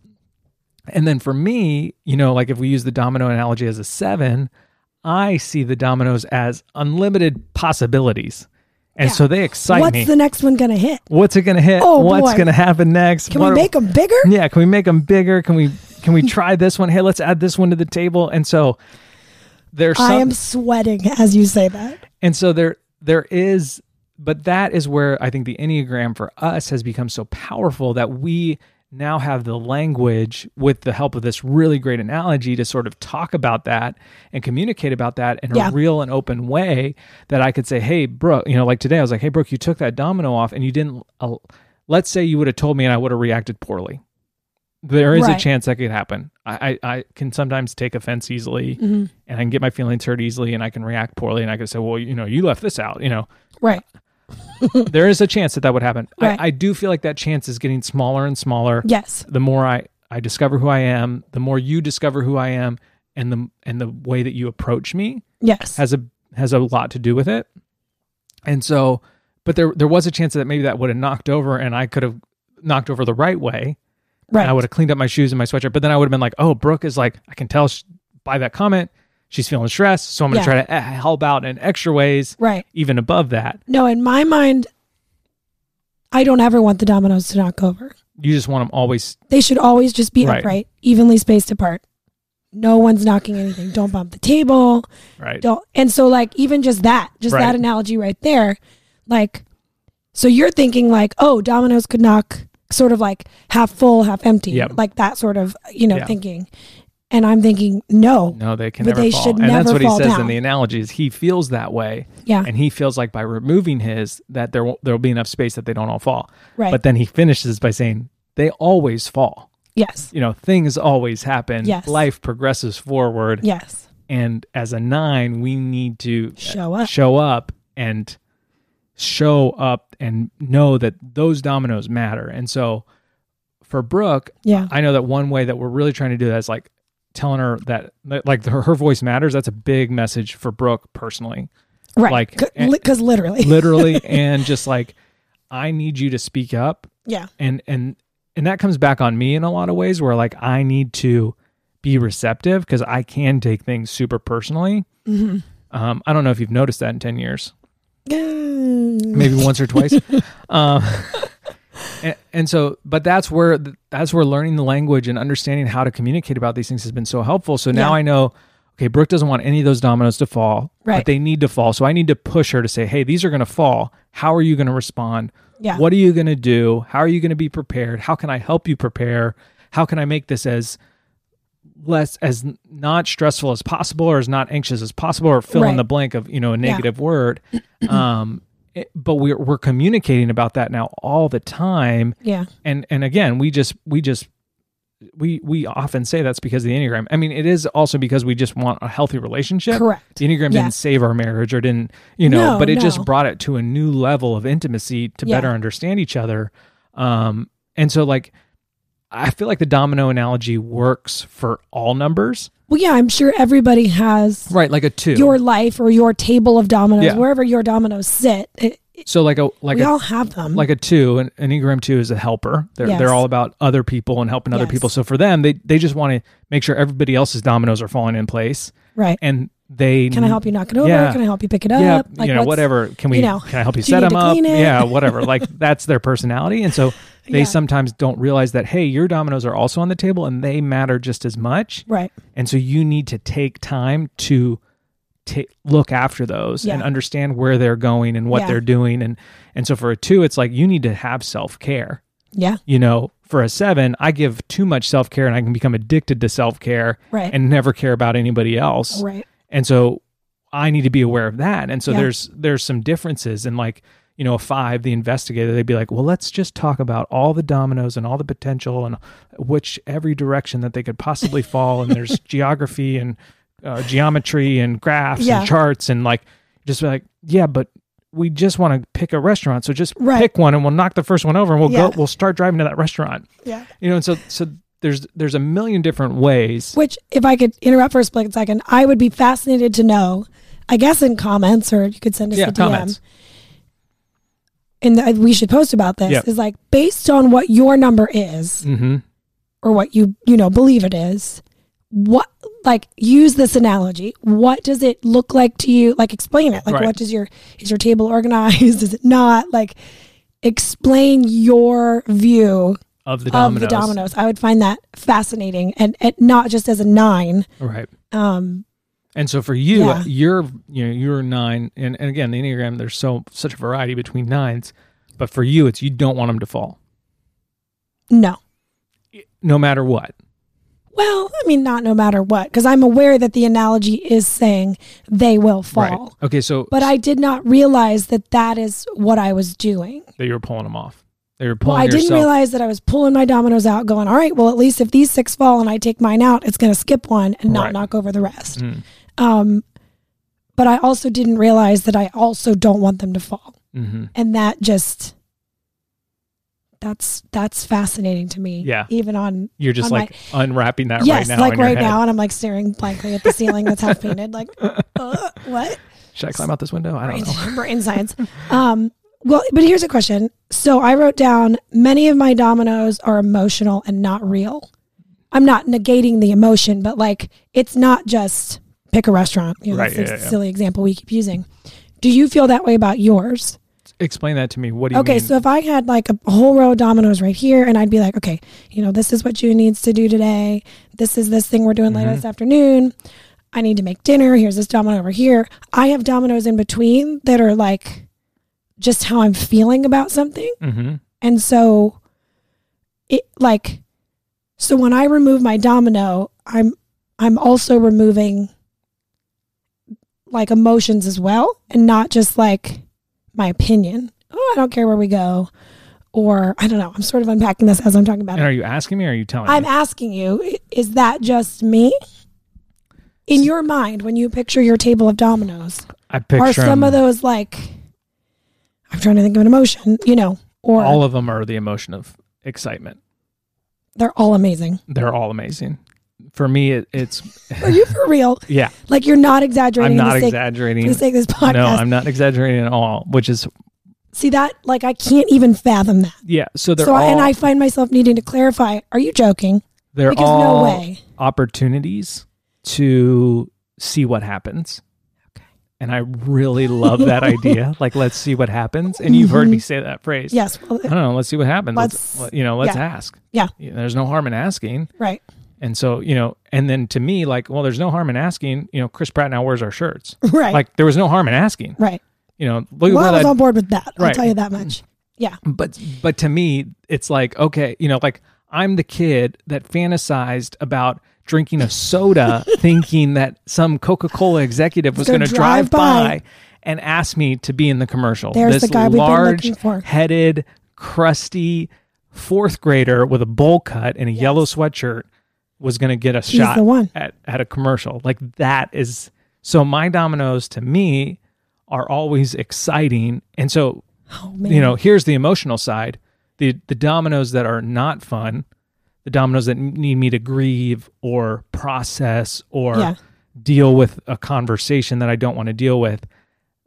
A: And then for me, you know, like if we use the domino analogy as a seven, I see the dominoes as unlimited possibilities. And
B: Yeah.
A: so they excite
B: What's
A: me.
B: the next one going to hit?
A: What's it going to hit?
B: Oh,
A: What's
B: boy.
A: going to happen next?
B: Can
A: What
B: we
A: are-
B: make them bigger?
A: yeah, can we make them bigger? Can we can we try this one? Hey, let's add this one to the table. And so there's some,
B: I am sweating as you say that.
A: and so there there is but that is where I think the Enneagram for us has become so powerful that we now have the language with the help of this really great analogy to sort of talk about that and communicate about that in
B: Yeah.
A: a real and open way that I could say, hey, Brooke, you know, like today I was like, hey, Brooke, you took that domino off and you didn't, uh, let's say you would have told me and I would have reacted poorly. There is a
B: Right.
A: chance that could happen. I, I, I can sometimes take offense easily
B: Mm-hmm.
A: and I can get my feelings hurt easily and I can react poorly and I can say, well, you know, you left this out, you know,
B: Right.
A: there is a chance that that would happen.
B: Mm. Right.
A: I, I do feel like that chance is getting smaller and smaller.
B: Yes.
A: The more I, I discover who I am, the more you discover who I am and the, and the way that you approach me
B: Yes.
A: has a, has a lot to do with it. And so, but there, there was a chance that maybe that would have knocked over and I could have knocked over the right way.
B: right.
A: I would have cleaned up my shoes and my sweatshirt. But then I would have been like, oh, Brooke is like, I can tell sh by that comment, she's feeling stressed. So I'm going
B: Yeah.
A: to try to eh, help out in extra ways,
B: right.
A: even above that.
B: No, in my mind, I don't ever want the dominoes to knock over.
A: You just want them always.
B: They should always just be
A: Right.
B: upright, evenly spaced apart. No one's knocking anything. Don't bump the table.
A: Right.
B: Don't. And so, like, even just that, just
A: Right.
B: that analogy right there, like, so you're thinking like, oh, dominoes could knock sort of like half full, half empty,
A: Yep.
B: like that sort of you know
A: Yeah.
B: thinking. And I'm thinking, no,
A: No, they can
B: But
A: never
B: they
A: fall.
B: should
A: and that's
B: never
A: what
B: fall
A: he says
B: down.
A: in the analogy is he feels that way.
B: Yeah.
A: And he feels like by removing his that there will there'll be enough space that they don't all fall.
B: Right.
A: But then he finishes by saying they always fall.
B: yes,
A: You know, things always happen.
B: Yes.
A: Life progresses forward.
B: yes,
A: And as a nine, we need to
B: show up.
A: show up and show up and know that those dominoes matter. And so for Brooke,
B: Yeah,
A: I know that one way that we're really trying to do that is like telling her that that, like her, her voice matters. That's a big message for Brooke personally,
B: right.
A: like- eh,
B: because literally,
A: literally, and just like I need you to speak up,
B: <laughs> yeah,
A: and and and that comes back on me in a lot of ways where like I need to be receptive because I can take things super personally.
B: Mm-hmm.
A: Um, I don't know if you've noticed that in ten years.
B: Mm,
A: maybe once or
B: <laughs>
A: twice. um, and, and so, but that's where that's where learning the language and understanding how to communicate about these things has been so helpful. So now
B: Yeah.
A: I know, okay, Brooke doesn't want any of those dominoes to fall,
B: Right.
A: but they need to fall. So I need to push her to say, hey, these are going to fall. How are you going to respond?
B: Yeah.
A: What are you going to do? How are you going to be prepared? How can I help you prepare? How can I make this as less as n- not stressful as possible or as not anxious as possible or fill in
B: Right.
A: the blank of you know a negative word <clears throat> um it- but we're we're communicating about that now all the time
B: yeah,
A: and and again we just we just we we often say that's because of the enneagram i mean it is also because we just want a healthy relationship
B: correct.
A: the enneagram
B: Yeah.
A: didn't save our marriage or didn't you know
B: No,
A: but it
B: no.
A: just brought it to a new level of intimacy to
B: Yeah.
A: better understand each other um and so like i feel like the domino analogy works for all numbers
B: Well, yeah, I'm sure everybody has
A: right like a two
B: your life or your table of dominoes,
A: Yeah.
B: wherever your dominoes sit. It, it-
A: so like a like
B: we
A: a
B: all have them.
A: like a two, an an Enneagram two is a helper. They're
B: Yes.
A: they're all about other people and helping other
B: Yes.
A: people. So for them, they they just want to make sure everybody else's dominoes are falling in place,
B: right?
A: and they
B: Can I help you knock it over?
A: Yeah.
B: Can I help you pick it up?
A: Yeah,
B: "Uh, Like,
A: you know
B: what's-
A: whatever. Can we?
B: you know,
A: can I help you
B: do you
A: set
B: need
A: them
B: to
A: up?
B: clean it?
A: Yeah, whatever. like <laughs> that's their personality, and
B: <laughs>
A: so they
B: Yeah.
A: sometimes don't realize that hey, your dominoes are also on the table and they matter just as much,
B: Right.
A: and so you need to take time to. ta look after those and
B: Yeah.
A: understand where they're going and what
B: Yeah.
A: they're doing and and so for a two it's like you need to have self-care
B: Yeah.
A: you know, for a seven, I give too much self care and I can become addicted to self care
B: Right.
A: and never care about anybody else.
B: right.
A: And so I need to be aware of that. And so
B: Yeah.
A: there's there's some differences in like, you know, a five, the investigator, they'd be like, well, let's just talk about all the dominoes and all the potential and which every direction that they could
B: <laughs>
A: possibly fall. And there's geography and uh, geometry and graphs
B: Yeah.
A: and charts and like, just like, yeah, but we just want to pick a restaurant. So just
B: Right.
A: pick one and we'll knock the first one over and we'll
B: Yeah.
A: go, we'll start driving to that restaurant.
B: Yeah.
A: You know, and so, so there's, there's a million different ways.
B: Which, if I could interrupt for a split second, I would be fascinated to know. I guess in comments, or you could send us
A: Yeah,
B: a DM,
A: comments.
B: and th- we should post about this.
A: Yep.
B: Is like based on what your number is,
A: Mm-hmm.
B: or what you you know believe it is what like use this analogy what does it look like to you like explain it like
A: Right.
B: what does your is your table organized <laughs> is it not like explain your view
A: of the
B: of
A: dominoes.
B: the dominoes i would find that fascinating and, and not just as a nine
A: Right.
B: um
A: And so for you,
B: Yeah.
A: you're you know you're a nine, and, and again the enneagram. There's so such a variety between nines, but for you, it's you don't want them to fall,
B: no
A: no matter what.
B: well i mean not no matter what because i'm aware that the analogy is saying they will fall
A: Right. Okay. So
B: but i did not realize that that is what i was doing
A: that you were pulling them off. They were
B: Well,
A: pulling
B: I
A: yourself.
B: didn't realize that I was pulling my dominoes out, going, all right, well, at least if these six fall and I take mine out, it's going to skip one and not
A: Right.
B: knock over the rest.
A: Mm.
B: Um, but I also didn't realize that I also don't want them to fall.
A: Mhm.
B: And that just, that's, that's fascinating to me.
A: Yeah.
B: Even on,
A: You're just
B: On
A: like unwrapping that
B: yes,
A: right now.
B: like
A: in your
B: right
A: head.
B: now. And I'm like staring blankly at the ceiling that's half
A: <laughs>
B: painted, like, uh, what?
A: Should I climb out this window? I don't know.
B: brain, <laughs> brain science. Um, well, but here's a question. So I wrote down many of my dominoes are emotional and not real. I'm not negating the emotion, but like it's not just pick a restaurant. You know,
A: Right,
B: that's
A: yeah,
B: the
A: yeah.
B: silly example we keep using. Do you feel that way about yours?
A: Explain that to me. What do you
B: okay,
A: mean?
B: so if I had like a whole row of dominoes right here, and I'd be like, okay, you know, this is what June needs to do today. This is this thing we're doing
A: Mm-hmm.
B: later this afternoon. I need to make dinner. Here's this domino over here. I have dominoes in between that are like just how I'm feeling about something.
A: Mhm.
B: And so it like so when I remove my domino, I'm I'm also removing like emotions as well and not just like my opinion. Oh, I don't care where we go or I don't know. I'm sort of unpacking this as I'm talking about
A: And
B: it.
A: are you asking me or are you telling
B: I'm
A: me?
B: asking you, i- is that just me? In your mind when you picture your table of dominoes,
A: I picture
B: are
A: 'em-
B: some of those like I'm trying to think of an emotion, you know, or
A: all of them are the emotion of excitement.
B: they're all amazing.
A: They're all amazing. For me, it, it's
B: Are you for real?
A: yeah.
B: Like you're not
A: I'm
B: exaggerating.
A: not
B: for the sake, For
A: exaggerating.
B: the sake of this podcast.
A: No, I'm not exaggerating at all. Which is
B: See that? Like I can't even fathom that.
A: yeah. So they're
B: So I
A: all
B: and I find myself needing to clarify. Are you joking?
A: they're
B: because no
A: all
B: way.
A: opportunities to see what happens.
B: Okay.
A: And I really love that
B: <laughs>
A: idea. Like, let's see what happens. And you've heard me say that phrase.
B: Yes. Well,
A: I don't know. Let's see what happens. Let's,
B: Mm-hmm. Let's-
A: you know, let's
B: yeah.
A: ask.
B: Yeah.
A: There's no harm in asking.
B: right.
A: And so, you know, and then to me, like, well, there's no harm in asking, you know, Chris Pratt now wears our shirts.
B: <laughs> Right.
A: Like, there was no harm in asking.
B: right.
A: You know, look
B: well, I
A: at
B: was
A: what I
B: on board with that. I'll
A: Right.
B: tell you that much. Yeah.
A: but but to me it's like okay you know like i'm the kid that fantasized about drinking a soda
B: <laughs>
A: thinking that some coca-cola executive was
B: Gonna
A: going to drive
B: drive by.
A: by and ask me to be in the commercial
B: There's
A: this
B: the guy we've been
A: large
B: looking for.
A: headed crusty fourth grader with a bowl cut and a yellow sweatshirt was going to get a shot
B: the one.
A: At, at a commercial like that is so my dominoes to me are always exciting and so
B: Oh man.
A: you know, here's the emotional side. The the dominoes that are not fun, the dominoes that need me to grieve or process or
B: Yeah.
A: deal with a conversation that I don't want to deal with,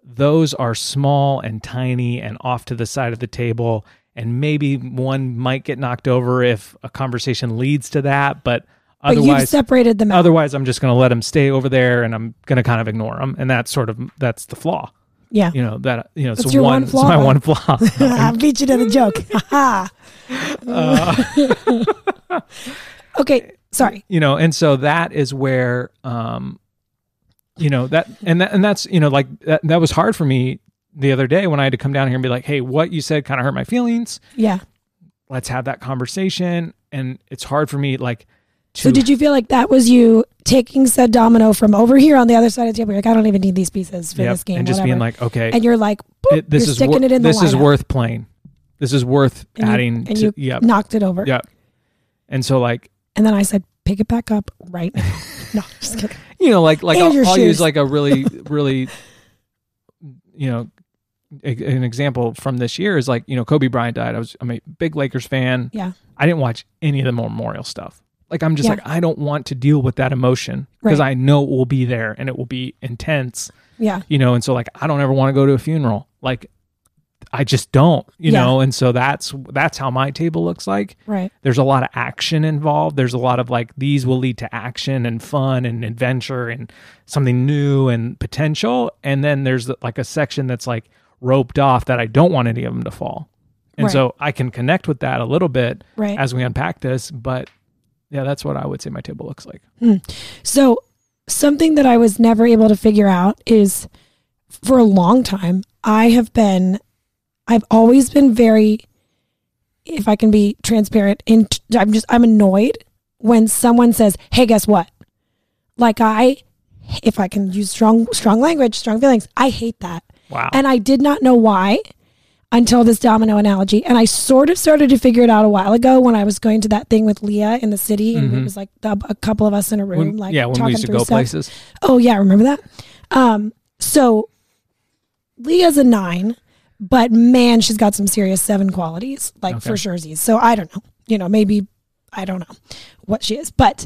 A: those are small and tiny and off to the side of the table. And maybe one might get knocked over if a conversation leads to that, but
B: But
A: otherwise
B: you've separated them out.
A: otherwise I'm just going to let them stay over there and I'm going to kind of ignore them and that's sort of that's the flaw.
B: Yeah. <laughs>
A: You know, that you know,
B: That's
A: so
B: your
A: one,
B: one
A: it's
B: flaw,
A: my
B: though.
A: one flaw. <laughs>
B: I beat you to the joke. <laughs> Ha
A: Uh,
B: ha. okay. Sorry.
A: <laughs> you know and so that is where um you know that and that and that's you know like that, that was hard for me the other day when i had to come down here and be like hey what you said kind of hurt my feelings
B: Yeah.
A: let's have that conversation and it's hard for me like to
B: So did you feel like that was you taking said domino from over here on the other side of the table? You're like, I don't even need these pieces for
A: Yep,
B: this game.
A: and just
B: whatever.
A: being like okay
B: and you're like, boop,
A: it- this
B: you're
A: is
B: sticking
A: wor-
B: it in the
A: this is
B: lineup.
A: worth playing this is worth
B: And you-
A: adding
B: and
A: to
B: you
A: yep
B: knocked it over.
A: yep and so like
B: And then I said, pick it back up right now. no, just kidding.
A: you know like like
B: And your
A: I'll, I'll use
B: shoes.
A: like a really really you know a, an example from this year is like you know Kobe Bryant died. I was I'm a big Lakers fan.
B: Yeah.
A: I didn't watch any of the memorial stuff. Like I'm just
B: Yeah.
A: like I don't want to deal with that emotion because
B: Right.
A: I know it will be there and it will be intense.
B: Yeah.
A: You know, and so like I don't ever want to go to a funeral. Like I just don't, you
B: Yeah.
A: know. And so that's that's how my table looks like.
B: Right.
A: There's a lot of action involved. There's a lot of like these will lead to action and fun and adventure and something new and potential. And then there's like a section that's like roped off that I don't want any of them to fall. And
B: Right.
A: so I can connect with that a little bit
B: Right.
A: as we unpack this, but yeah, that's what I would say my table looks like.
B: So, something that I was never able to figure out is for a long time, I have been, I've always been very, if I can be transparent, in, I'm just, I'm annoyed when someone says, hey, guess what? Like, I, if I can use strong, strong language, strong feelings, I hate that.
A: Wow.
B: And I did not know why until this domino analogy. And I sort of started to figure it out a while ago when I was going to that thing with Leah in the city. And it was like the, a couple of us in a room,
A: Mm-hmm. When-
B: like
A: yeah, when we
B: talking
A: used to
B: through
A: go
B: stuff.
A: places.
B: Oh, yeah. Remember that? Um, so Leah's a nine, but man, she's got some serious seven qualities, like
A: Okay.
B: for sure. So I don't know. You know, maybe I don't know what she is, but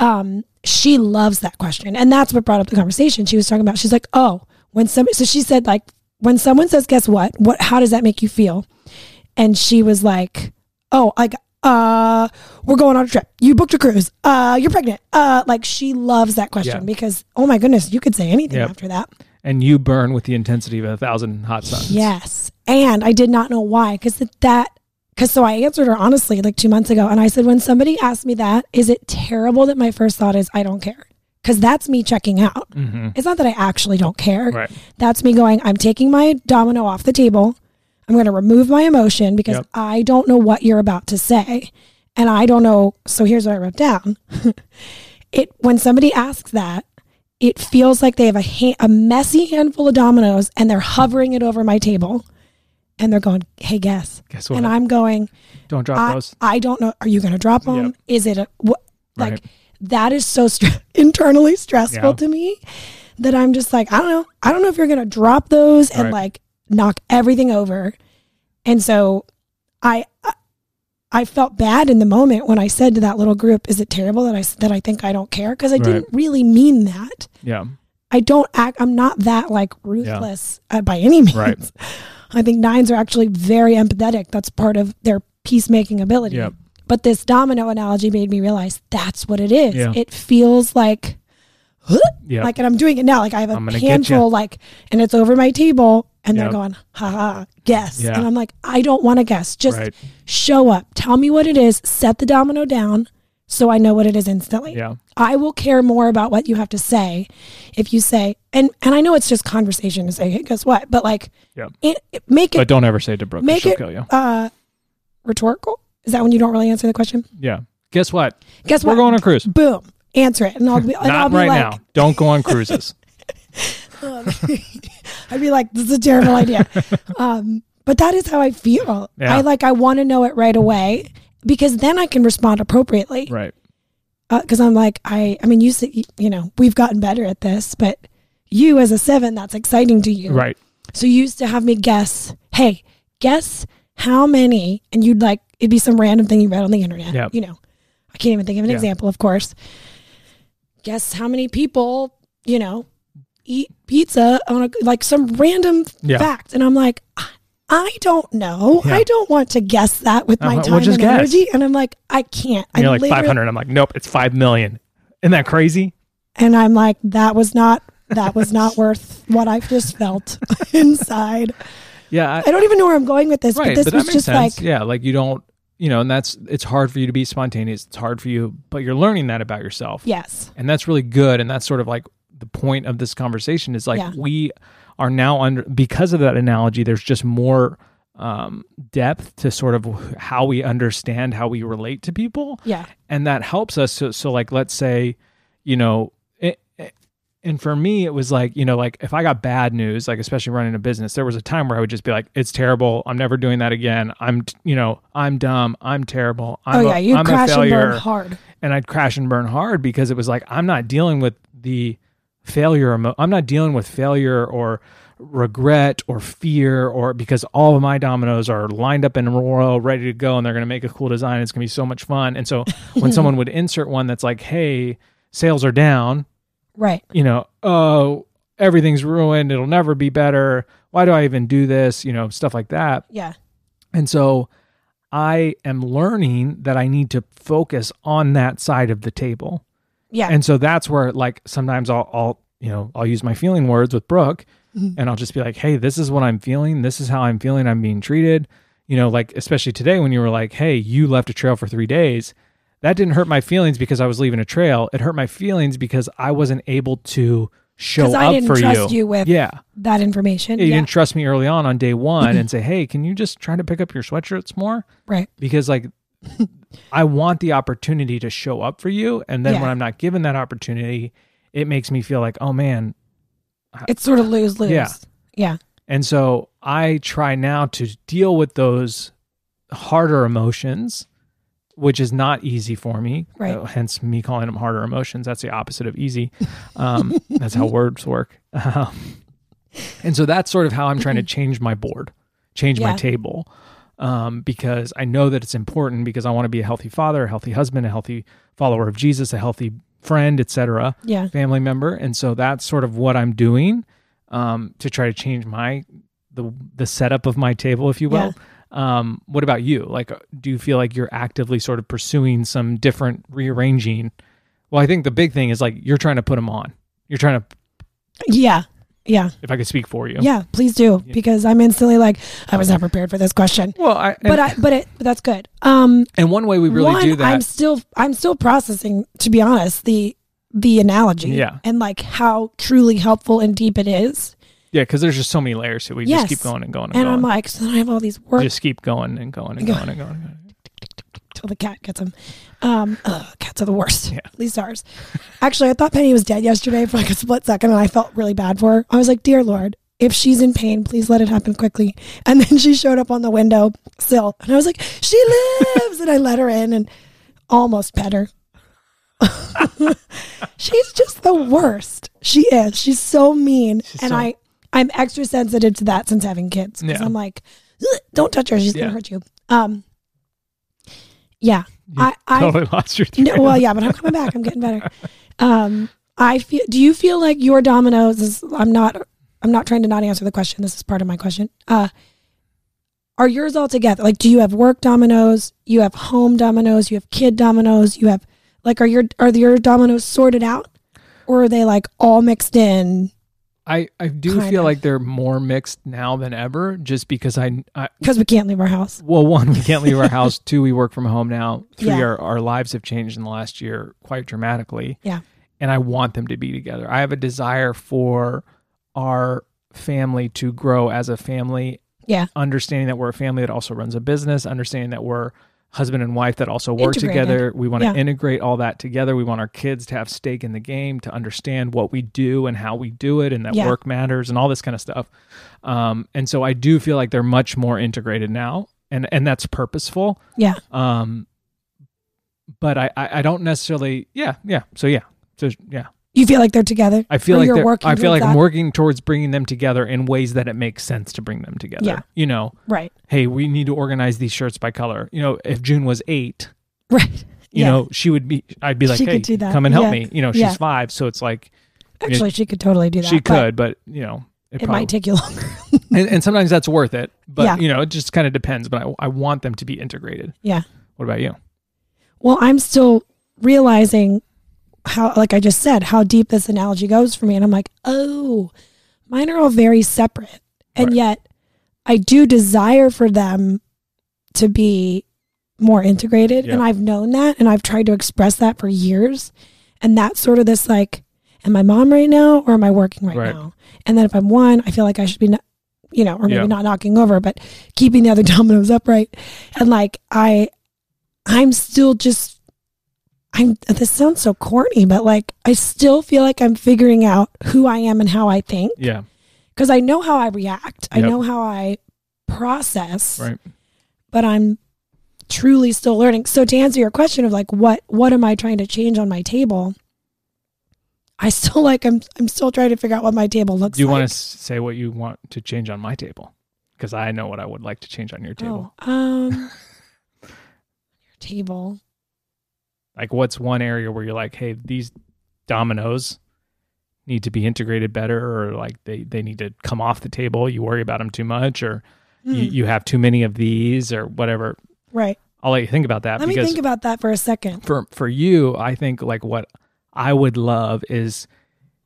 B: um, she loves that question, and that's what brought up the conversation. She was talking about. She's like, oh, when somebody. So she said, like, when someone says, "Guess what? What? How does that make you feel?" And she was like, oh, like. Uh, we're going on a trip. You booked a cruise. Uh, you're pregnant. Uh, like she loves that question
A: Yeah.
B: because oh my goodness, you could say anything
A: Yep.
B: after that.
A: And you burn with the intensity of a thousand hot suns.
B: Yes. And I did not know why because that, because so I answered her honestly like two months ago. And I said, when somebody asked me that, is it terrible that my first thought is, I don't care? Because that's me checking out. It's not that I actually don't care.
A: Right.
B: That's me going, I'm taking my domino off the table. I'm going to remove my emotion because
A: Yep.
B: I don't know what you're about to say. And I don't know. So here's what I wrote down. <laughs> it when somebody asks that, it feels like they have a ha- a messy handful of dominoes and they're hovering it over my table and they're going, "Hey, guess."
A: Guess what?
B: And I'm going,
A: Don't drop
B: I,
A: those.
B: I don't know. Are you going to drop them?
A: Yep.
B: Is it a what? Like
A: Right.
B: that is so str- <laughs> internally stressful
A: Yeah.
B: to me that I'm just like, I don't know. I don't know if you're going to drop those and
A: Right.
B: like knock everything over. And so I, I- I felt bad in the moment when I said to that little group, is it terrible that I, s- that I think I don't care? Cause I
A: Right.
B: didn't really mean that.
A: Yeah.
B: I don't act, I'm not that like ruthless uh, by any means.
A: Right.
B: <laughs> I think nines are actually very empathetic. That's part of their peacemaking ability.
A: Yep.
B: But this domino analogy made me realize that's what it is.
A: Yeah.
B: It feels like, "Huh?"
A: Yep.
B: like, and I'm doing it now. Like I have
A: I'm
B: a
A: gonna get
B: handful, like, and it's over my table, and
A: Yep.
B: they're going, "Ha ha, guess."
A: Yeah.
B: And I'm like, I don't want to guess. Just
A: Right.
B: show up. Tell me what it is. Set the domino down, so I know what it is instantly.
A: Yeah.
B: I will care more about what you have to say if you say, and and I know it's just conversation to say, hey, guess what? But like,
A: Yeah.
B: it, it- make
A: But
B: it
A: don't ever say it to Brooke. 'cause
B: make
A: She'll
B: it
A: kill you.
B: uh, rhetorical. Is that when you don't really answer the question?
A: Yeah. Guess what?
B: Guess
A: We're
B: what?
A: going on a cruise.
B: Boom, answer it, and I'll be and I'll
A: <laughs> Not
B: be
A: right
B: like,
A: now. Don't go on
B: <laughs>
A: cruises.
B: I'd be like, this is a
A: <laughs>
B: terrible idea. Um, but that is how I feel.
A: Yeah.
B: I like I want to know it right away because then I can respond appropriately.
A: right.
B: because I'm like I I mean you see you know we've gotten better at this but you as a seven that's exciting to you
A: Right.
B: so you used to have me guess hey guess how many and you'd like it'd be some random thing you read on the internet
A: Yep.
B: you know I can't even think of an
A: Yeah.
B: example of course guess how many people you know eat pizza on a like some random
A: Yeah.
B: fact and I'm like I, I don't know
A: Yeah.
B: I don't want to guess that with my
A: Uh-huh.
B: time
A: Well, just
B: and
A: guess.
B: energy and I'm like I can't
A: And
B: I
A: you're like
B: literally-
A: 500. I'm like, nope, it's 5 million. Isn't that crazy?
B: and I'm like, that was not that was not worth what I've just felt <laughs> inside.
A: Yeah.
B: I don't even know where I'm going with this,
A: right.
B: but this
A: but that
B: was
A: makes
B: just
A: sense.
B: like,
A: yeah. Like you don't, you know, and that's, it's hard for you to be spontaneous. It's hard for you, but you're learning that about yourself.
B: yes,
A: and that's really good and that's sort of like the point of this conversation is like
B: Yeah.
A: we are now under because of that analogy there's just more um depth to sort of how we understand how we relate to people
B: yeah,
A: and that helps us so, so like let's say you know it, it- and for me it was like you know like if i got bad news like especially running a business there was a time where i would just be like it's terrible i'm never doing that again i'm t- you know i'm dumb i'm terrible i'm,
B: oh
A: a,
B: yeah, you
A: I'm
B: crash
A: a
B: and
A: failure
B: burn hard,
A: and I'd crash and burn hard because it was like I'm not dealing with the failure emo- I'm not dealing with failure or regret or fear or because all of my dominoes are lined up in a row ready to go and they're going to make a cool design it's going to be so much fun and so when someone would insert one that's like hey sales are down
B: right?
A: you know oh everything's ruined. It'll never be better. Why do I even do this? You know, stuff like that.
B: Yeah.
A: And so I am learning that I need to focus on that side of the table.
B: Yeah.
A: And so that's where like sometimes I'll, I'll you know, I'll use my feeling words with Brooke
B: Mm-hmm.
A: and I'll just be like, "Hey, this is what I'm feeling. This is how I'm feeling. I'm being treated." You know, like especially today when you were like, "Hey, you left a trail for 3 days." That didn't hurt my feelings because I was leaving a trail. It hurt my feelings because I wasn't able to show
B: 'Cause
A: up
B: I didn't
A: for
B: trust you with-
A: yeah.
B: that information.
A: You
B: Yeah.
A: didn't trust me early on on day 1
B: <clears throat>
A: and say, "Hey, can you just try to pick up your sweatshirts more?"
B: right.
A: because like I want the opportunity to show up for you, and then
B: Yeah.
A: when I'm not given that opportunity, it makes me feel like, oh man.
B: It's sort of lose lose.
A: Yeah.
B: Yeah.
A: And so I try now to deal with those harder emotions, which is not easy for me.
B: Right.
A: Uh, hence me calling them harder emotions. That's the opposite of easy. Um, <laughs> that's how words work. Um, and so that's sort of how I'm trying to change my board, change my
B: Yeah.
A: table, um, because I know that it's important because I want to be a healthy father, a healthy husband, a healthy follower of Jesus, a healthy friend, etc
B: Yeah.
A: family member and so that's sort of what i'm doing um, to try to change my the the setup of my table if you will um, what about you like uh, do you feel like you're actively sort of pursuing some different rearranging well i think the big thing is like you're trying to put them on you're trying to
B: Yeah. Yeah.
A: if i could speak for you
B: Yeah. Please do because I'm instantly like I was not prepared for this question.
A: well I, and,
B: But I but it but that's good. Um
A: and one way we really
B: one,
A: do that
B: I'm still I'm still processing, to be honest, the the analogy.
A: Yeah. Oh
B: And like how truly helpful and deep it is.
A: yeah because there's just so many layers here we just
B: Yes.
A: keep going and going and,
B: And
A: going
B: I'm like, so then I have all these words
A: just keep going and going and
B: Go-
A: going and going, and going.
B: till the cat gets them. Um, ugh, cats are the worst.
A: Yeah.
B: At least ours. Actually, I thought Penny was dead yesterday for like a split second, and I felt really bad for her. I was like, "Dear Lord, if she's in pain, please let it happen quickly." And then she showed up on the window sill, and I was like, "She lives!" and I let her in and almost pet her. <laughs> she's just the worst. She is. She's so mean, and
A: so-
B: I I'm extra sensitive to that since having kids because
A: Yeah.
B: I'm like, "Ugh, don't touch her. She's
A: Yeah.
B: gonna hurt you. Um. Yeah, I, I
A: totally lost your
B: <laughs> no,
A: thread.
B: well, yeah, but I'm coming back. I'm getting better. Um, I feel. Do you feel like your dominoes? Is, I'm not. I'm not trying to not answer the question. This is part of my question. Uh, are yours all together? Like, do you have work dominoes? You have home dominoes. You have kid dominoes. You have like, are your are your dominoes sorted out, or are they like all mixed in?
A: I, I do
B: Kind
A: feel
B: of.
A: like they're more mixed now than ever just because I, I
B: Because we can't leave our house.
A: well one we can't leave our house two we work from home now three
B: Yeah.
A: our, our lives have changed in the last year quite dramatically
B: Yeah.
A: and I want them to be together I have a desire for our family to grow as a family
B: Yeah.
A: understanding that we're a family that also runs a business understanding that we're husband and wife that also work
B: Integrated.
A: together we want to
B: Yeah.
A: integrate all that together we want our kids to have stake in the game to understand what we do and how we do it and that
B: Yeah.
A: work matters and all this kind of stuff um, and so I do feel like they're much more integrated now, and and that's purposeful.
B: Yeah.
A: Um, but I I, I don't necessarily yeah yeah so yeah so yeah
B: You feel like they're together.
A: I feel
B: Or
A: like
B: you're
A: they're-
B: working
A: I feel
B: towards
A: like I'm
B: that?
A: working towards bringing them together in ways that it makes sense to bring them together.
B: Yeah.
A: You know,
B: Right.
A: hey, we need to organize these shirts by color. You know, if June was eight,
B: Right.
A: you
B: yeah.
A: know, she would be. I'd be like,
B: She
A: hey,
B: could do that.
A: come and help
B: Yeah.
A: me. You know, she's
B: Yeah.
A: five, so it's like
B: Actually, she could totally do that.
A: she
B: but
A: could, but, you know,
B: It might take you longer.
A: and, and sometimes that's worth it but
B: Yeah.
A: you know it just kind of depends but I, I want them to be integrated
B: yeah.
A: what about you
B: Well, I'm still realizing how, like I just said, how deep this analogy goes for me. And I'm like, oh, mine are all very separate. And
A: Right.
B: yet I do desire for them to be more integrated.
A: Yeah.
B: And I've known that and I've tried to express that for years. And that's sort of this like, am I mom right now or am I working right,
A: Right.
B: now? And then if I'm one, I feel like I should be, kn- you know, or maybe
A: Yeah.
B: not knocking over, but keeping the other <laughs> dominoes upright. And like, I, I'm still just I'm this sounds so corny, but like I still feel like I'm figuring out who I am and how I think
A: yeah
B: because I know how I react. I
A: Yep.
B: know how I process,
A: right
B: but I'm truly still learning. So to answer your question of like what what am I trying to change on my table? I still like I'm I'm still trying to figure out what my table looks
A: do you
B: like.
A: want to say what you want to change on my table because i know what i would like to change on your table
B: Oh, um
A: <laughs>
B: your table.
A: like what's one area where you're like hey these dominoes need to be integrated better or like they, they need to come off the table. You worry about them too much or you,
B: Hmm.
A: you have too many of these or whatever.
B: Right.
A: I'll let you think about that
B: Let me
A: because
B: think about that for a second.
A: for for you, I think like what I would love is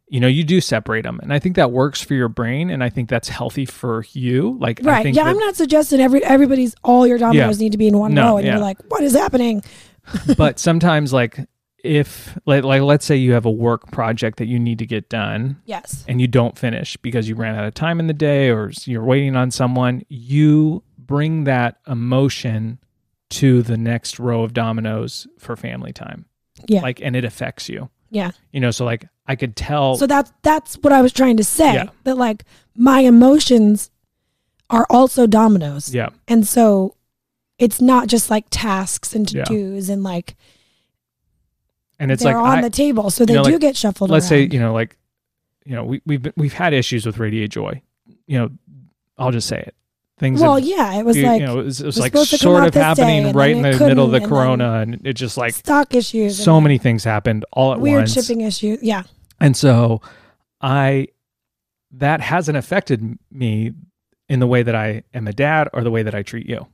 A: you know, you do separate them and I think that works for your brain and I think that's healthy for you. Like I
B: Right.
A: think
B: Yeah,
A: that-
B: I'm not suggesting every everybody's all your dominoes need to be in one
A: No,
B: row and
A: yeah.
B: you're like, what is happening?
A: but sometimes like if like, like let's say you have a work project that you need to get done
B: Yes.
A: and you don't finish because you ran out of time in the day or s- you're waiting on someone you bring that emotion to the next row of dominoes for family time
B: Yeah.
A: like and it affects you
B: Yeah.
A: you know so like i could tell
B: So that's that's what I was trying to say.
A: Yeah.
B: That like my emotions are also dominoes.
A: yeah
B: And so it's not just like tasks and
A: Yeah.
B: to-dos and like
A: and it's
B: they're
A: like
B: on
A: I,
B: the table. So they
A: know,
B: do
A: like,
B: get shuffled
A: let's say
B: around.
A: you know like you know we, we've been, we've had issues with radio joy you know i'll just say it things have-
B: well, yeah, it was
A: you, you
B: like
A: know, it was, it was
B: was
A: like
B: supposed to come
A: sort
B: out
A: of
B: this day,
A: happening
B: and
A: right in
B: then
A: the
B: it
A: middle of
B: couldn't,
A: the
B: and then-
A: corona, and it just like
B: stock issues,
A: so
B: and
A: many things happened all at
B: weird
A: once.
B: shipping issues. Yeah,
A: And so, I that hasn't affected me in the way that I am a dad or the way that I treat you,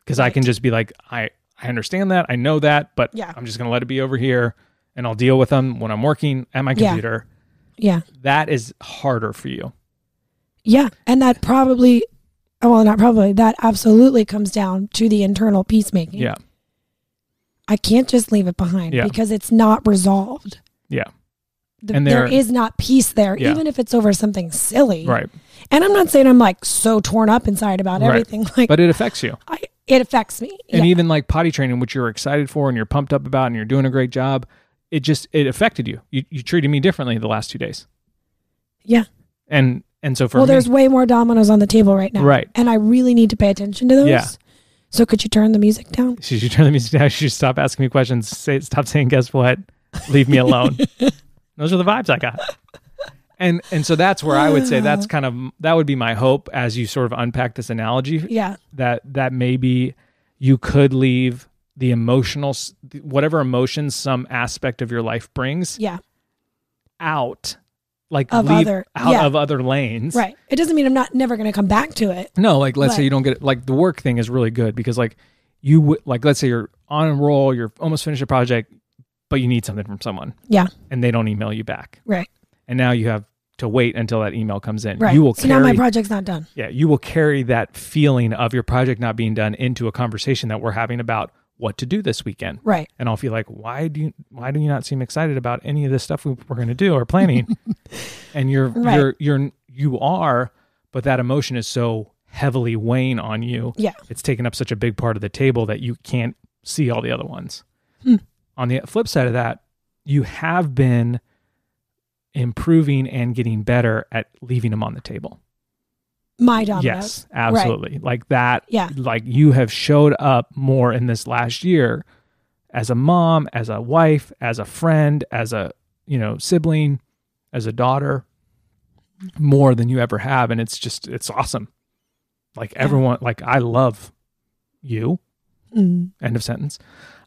A: because I
B: Right.
A: can just be like, I I understand that, I know that, but
B: Yeah.
A: I'm just gonna let it be over here, and I'll deal with them when I'm working at my
B: Yeah.
A: computer.
B: yeah,
A: That is harder for you.
B: yeah, and that probably, oh, well, not probably, that absolutely comes down to the internal peacemaking.
A: Yeah.
B: I can't just leave it behind
A: Yeah.
B: because it's not resolved.
A: Yeah.
B: The,
A: And
B: there
A: there-
B: is not peace there,
A: Yeah.
B: even if it's over something silly.
A: Right.
B: And I'm not saying I'm like so torn up inside about
A: Right.
B: everything. <laughs> Like
A: But it affects you.
B: I, it affects me.
A: and
B: yeah.
A: even like potty training which you're excited for and you're pumped up about and you're doing a great job it just it affected you you, you treated me differently the last two days
B: yeah.
A: and and so e- for
B: Well,
A: me
B: there's way more dominoes on the table right now.
A: Right.
B: And I really need to pay attention to those.
A: Yeah.
B: So could you turn the music down?
A: she should turn the music down she <laughs> should stop asking me questions say stop saying guess what leave me
B: <laughs>
A: alone those are the vibes i got and and so that's where i would say that's kind of that would be my hope as you sort of unpack this analogy
B: Yeah.
A: that that maybe you could leave the emotional s- whatever emotions some aspect of your life brings
B: Yeah.
A: out like
B: Of
A: leave
B: other-
A: out
B: yeah.
A: of other lanes
B: Right. It doesn't mean I'm not never going to come back to it.
A: no like let's say
B: Right.
A: you don't get like the work thing is really good because like you would like let's say you're on a roll you're almost finished a project but you need something from someone
B: Yeah.
A: and they don't email you back
B: Right.
A: and now you have to wait until that email comes in
B: Right.
A: you will
B: so
A: carry
B: now my project's not done.
A: yeah you will carry that feeling of your project not being done into a conversation that we're having about what to do this weekend
B: Right.
A: and I'll feel like, why do you why do you not seem excited about any of this stuff we, we're going to do or
B: <laughs>
A: planning? and you're
B: Right.
A: you're you're you are, but that emotion is so heavily weighing on you.
B: Yeah.
A: it's taking up such a big part of the table that you can't see all the other ones.
B: Hmm.
A: On the flip side of that, you have been improving and getting better at leaving them on the table.
B: My dominoes.
A: Yes, absolutely. Like that.
B: Yeah.
A: Like you have showed up more in this last year as a mom, as a wife, as a friend, as a, you know, sibling, as a daughter, more than you ever have. And it's just, it's awesome. Like everyone, like I love you.
B: Mm.
A: End of sentence.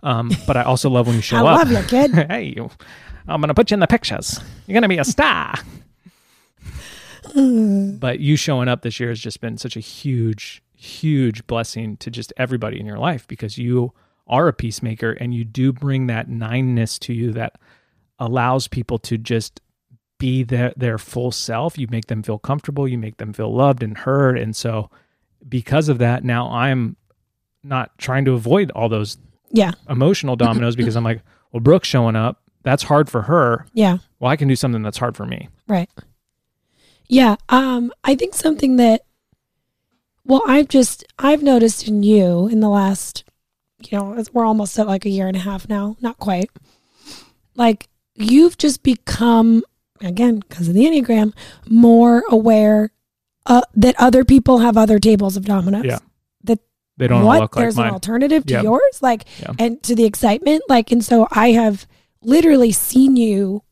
A: Um, but I also love when
B: <laughs>
A: you show
B: I
A: up.
B: love you, kid.
A: <laughs> hey, you. I'm gonna put you in the pictures. You're gonna be a star.
B: Mm.
A: but you showing up this year has just been such a huge, huge blessing to just everybody in your life because you are a peacemaker and you do bring that nineness to you that allows people to just be their their full self. You make them feel comfortable. You make them feel loved and heard. And so, because of that, now I'm not trying to avoid all those
B: yeah.
A: emotional dominoes because I'm
B: <laughs>
A: like, well, Brooke's showing up. That's hard for her.
B: Yeah.
A: Well, I can do something that's hard for me.
B: Right. Yeah. Um, I think something that, well, I've just, I've noticed in you in the last, you know, as- we're almost at like a year and a half now, not quite. Like you've just become, again, because of the Enneagram, more aware uh, that other people have other tables of dominoes.
A: Yeah.
B: That
A: They don't all
B: what
A: look like
B: there's an
A: mine.
B: alternative to
A: Yeah.
B: yours like
A: Yeah.
B: and to the excitement like and so i have literally seen you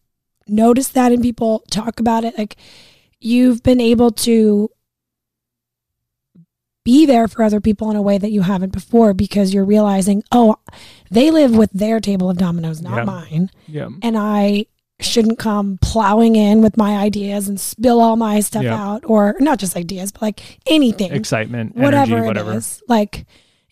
B: notice that in people talk about it like you've been able to be there for other people in a way that you haven't before because you're realizing oh they live with their table of dominoes not
A: Yeah.
B: mine
A: Yeah.
B: and i shouldn't come plowing in with my ideas and spill all my stuff
A: Yeah.
B: out, or not just ideas, but like anything,
A: Excitement,
B: whatever
A: energy,
B: it
A: whatever.
B: is. Like,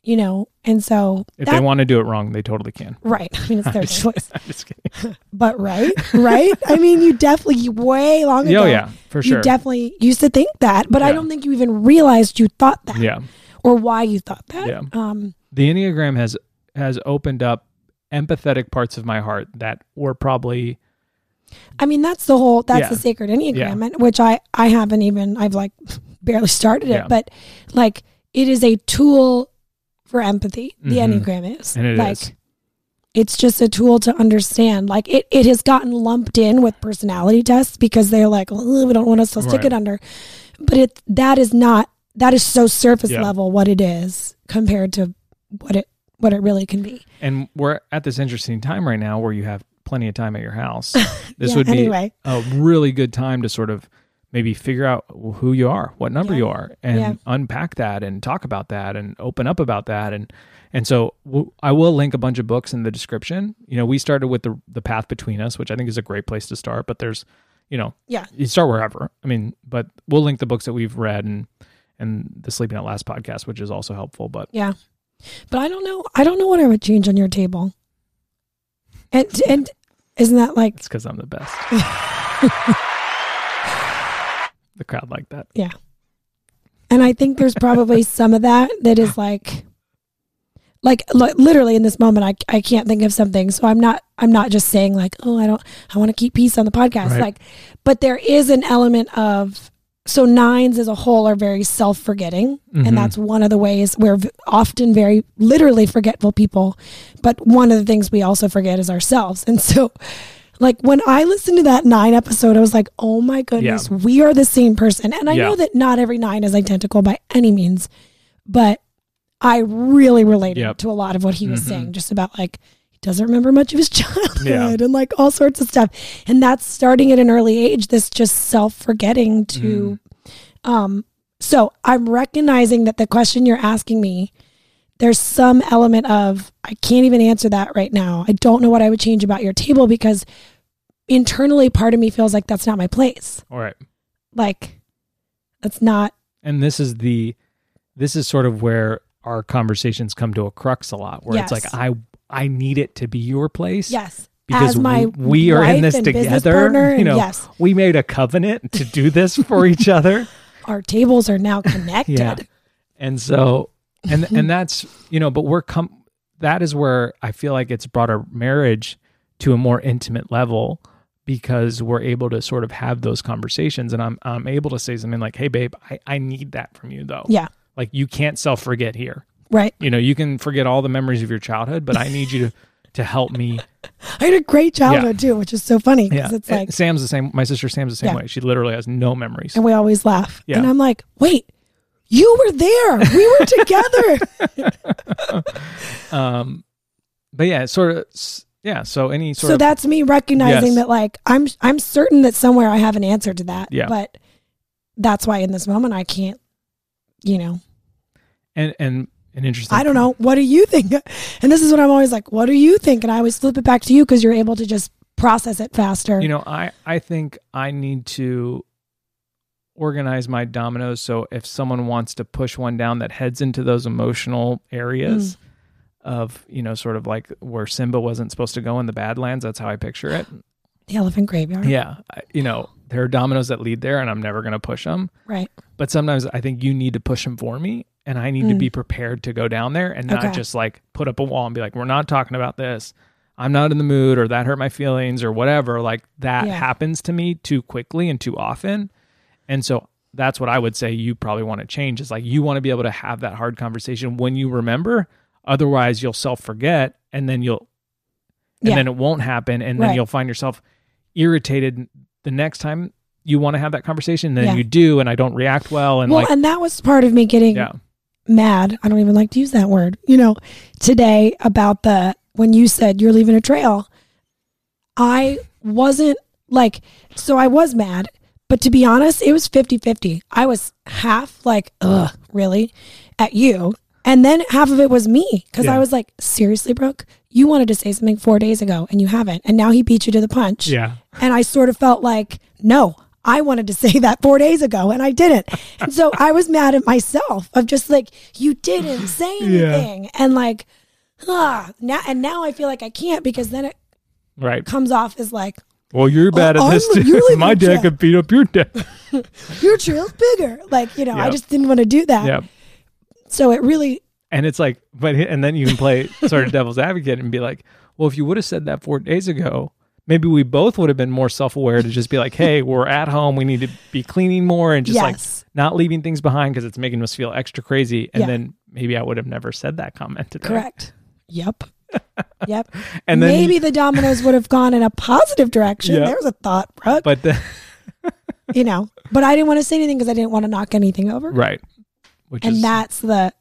B: you know, and so
A: If
B: that-
A: they want to do it wrong, they totally can.
B: <laughs> right. I mean, it's their choice,
A: <laughs> I'm just
B: <laughs>
A: kidding.
B: but right, right. I mean, you definitely you- way long ago.
A: Oh, yeah, for sure.
B: You definitely used to think that, but I
A: Yeah.
B: don't think you even realized you thought that
A: yeah.
B: or why you thought that.
A: Yeah.
B: Um,
A: The Enneagram has has opened up empathetic parts of my heart that were probably
B: I mean, that's the whole, that's
A: Yeah.
B: the sacred Enneagram, and- which I, I haven't even, I've like <laughs> barely started it,
A: Yeah.
B: but like it is a tool for empathy. The
A: Mhm.
B: Enneagram is.
A: And it
B: like,
A: is.
B: It's just a tool to understand. Like it, it has gotten lumped in with personality tests because they're like, "Ugh, we don't want us to stick
A: Right.
B: it under. But it that is not that is so surface
A: Yeah.
B: level what it is compared to what it what it really can be.
A: and we're at this interesting time right now where you have plenty of time at your house. This
B: <laughs> Yeah,
A: would be
B: anyway.
A: a really good time to sort of maybe figure out who you are, what number
B: Yeah.
A: you are, and
B: Yeah.
A: unpack that and talk about that and open up about that and and so w- I will link a bunch of books in the description. You know, we started with the the path between us, which I think is a great place to start, but there's you know,
B: Yeah.
A: you start wherever. I mean, but we'll link the books that we've read and and the Sleeping Out Last podcast, which is also helpful. But
B: Yeah. But I don't know I don't know what I would change on your table. And and isn't that like
A: it's because I'm the
B: <laughs>
A: best. the crowd like that.
B: Yeah. And I think there's probably some of that that is like, like li- literally in this moment, I, I can't think of something. So I'm not, I'm not just saying like, oh, I don't, I want to keep peace on the podcast.
A: Right.
B: Like, but there is an element of, so nines as a whole are very self forgetting.
A: Mhm.
B: And that's one of the ways we're v- often very literally forgetful people. But one of the things we also forget is ourselves. And so, like, when I listened to that nine episode, I was like, oh my goodness, we are the same person. And I
A: Yeah.
B: know that not every nine is identical by any means, but I really related
A: Yep.
B: to a lot of what he was
A: Mhm.
B: saying, just about like, he doesn't remember much of his <laughs> childhood
A: Yeah.
B: and like all sorts of stuff. And that's starting at an early age, this just self forgetting to.
A: Mm-hmm.
B: Um, so I'm recognizing that the question you're asking me, there's some element of, I can't even answer that right now. I don't know what I would change about your table because internally part of me feels like that's not my place.
A: All right.
B: Like, that's not,
A: and this is the this is sort of where our conversations come to a crux a lot where it's
B: Yes.
A: like i i need it to be your place
B: yes.
A: because
B: As my
A: we, we are
B: wife
A: in this
B: and business partner,
A: together you
B: and
A: know
B: yes.
A: we made a covenant to do this for
B: <laughs>
A: each other
B: Our tables
A: <laughs>
B: are now connected.
A: yeah and so and
B: Mm-hmm.
A: and that's you know but we're com- that is where i feel like it's brought our marriage to a more intimate level because we're able to sort of have those conversations and i'm i'm able to say something like hey babe i i need that from you though
B: Yeah.
A: like you can't self forget here
B: Right.
A: you know you can forget all the memories of your childhood but i need
B: <laughs>
A: you to to help me
B: I had a great childhood too, which is so funny
A: yeah
B: because it's like,
A: And sam's the same my sister sam's the same
B: Yeah.
A: way she literally has no memories
B: and we always laugh.
A: Yeah.
B: And I'm like, wait, you were there. We were together.
A: um but yeah it's sort of s- yeah so any <laughs> sort
B: so
A: of
B: that's me recognizing
A: Yes.
B: that like I'm I'm certain that somewhere I have an answer to that.
A: Yeah.
B: But that's why in this moment I can't, you know,
A: and and an interesting
B: I don't know. What do you think? <laughs> And this is what I'm always like, what do you think? And I always flip it back to you because you're able to just process it faster.
A: you know i i think i need to organize my dominoes so if someone wants to push one down that heads into those emotional areas of you know sort of like where simba wasn't supposed to go in the badlands that's how i picture it
B: the elephant graveyard.
A: yeah I- you know there are dominoes that lead there and i'm never going to push them
B: Right.
A: but sometimes i think you need to push them for me and i need to
B: Mm.
A: be prepared to go down there and not
B: Okay.
A: just like put up a wall and be like we're not talking about this i'm not in the mood or that hurt my feelings or whatever like that
B: Yeah.
A: happens to me too quickly and too often and so that's what i would say you probably want to change is like you want to be able to have that hard conversation when you remember otherwise you'll self forget and then you'll and
B: Yeah.
A: then it won't happen and then
B: Right.
A: you'll find yourself irritated the next time you want to have that conversation and then
B: Yeah.
A: you do and i don't react well and
B: well,
A: like
B: and that was part of me getting
A: yeah
B: mad. I don't even like to use that word, you know, today about the when you said you're leaving a trail. I wasn't like, so I was mad, but to be honest, it was 50 50. I was half like, ugh, really, at you. And then half of it was me because
A: Yeah.
B: I was like, seriously, Brooke, you wanted to say something four days ago and you haven't. And now he beat you to the punch.
A: Yeah.
B: And I sort of felt like, no, I wanted to <laughs> say that four days ago and I didn't. And so I was mad at myself of just like,
A: <sighs>
B: you didn't say
A: Yeah.
B: anything. And like, ah, now, and now I feel like I can't because then it
A: Right.
B: comes off as like,
A: Well, you're bad at
B: Oh, I'm-
A: this
B: you're
A: too. <laughs>
B: leaving
A: My dad
B: jail.
A: could beat up your dad.
B: your trail's bigger. Like, you know, I
A: Yep.
B: just didn't want to do
A: <laughs>
B: that.
A: yeah.
B: So it really,
A: And it's like, but and then you can play sort of devil's advocate and be like, well, if you would have said that four days ago, maybe we both would have been more self aware to just be like, hey, we're at home, we need to be cleaning more and just
B: Yes.
A: like not leaving things behind because it's making us feel extra crazy. And
B: Yeah.
A: then maybe I would have never said that comment today.
B: correct.
A: <laughs>
B: Yep. Yep.
A: And then,
B: Maybe the dominoes would have gone in a positive direction.
A: Yeah.
B: There's a thought, Brooke.
A: but then,
B: you know, but I didn't want to say anything because I didn't want to knock anything over.
A: <laughs> right. Which
B: And
A: is,
B: that's the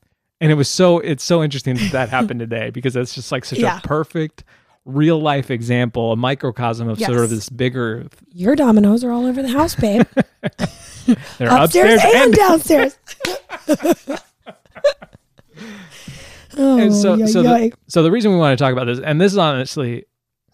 A: and it was so, it's so interesting that that happened today because that's just like such
B: Yeah.
A: a perfect real life example, a microcosm of sort of
B: Yes.
A: this bigger,
B: your dominoes are all over the
A: <laughs>
B: house, babe.
A: they're
B: Upstairs, and,
A: and
B: downstairs. oh,
A: <laughs> And so,
B: yoy,
A: so,
B: yoy.
A: the, so the reason we want to talk about this, and this is honestly,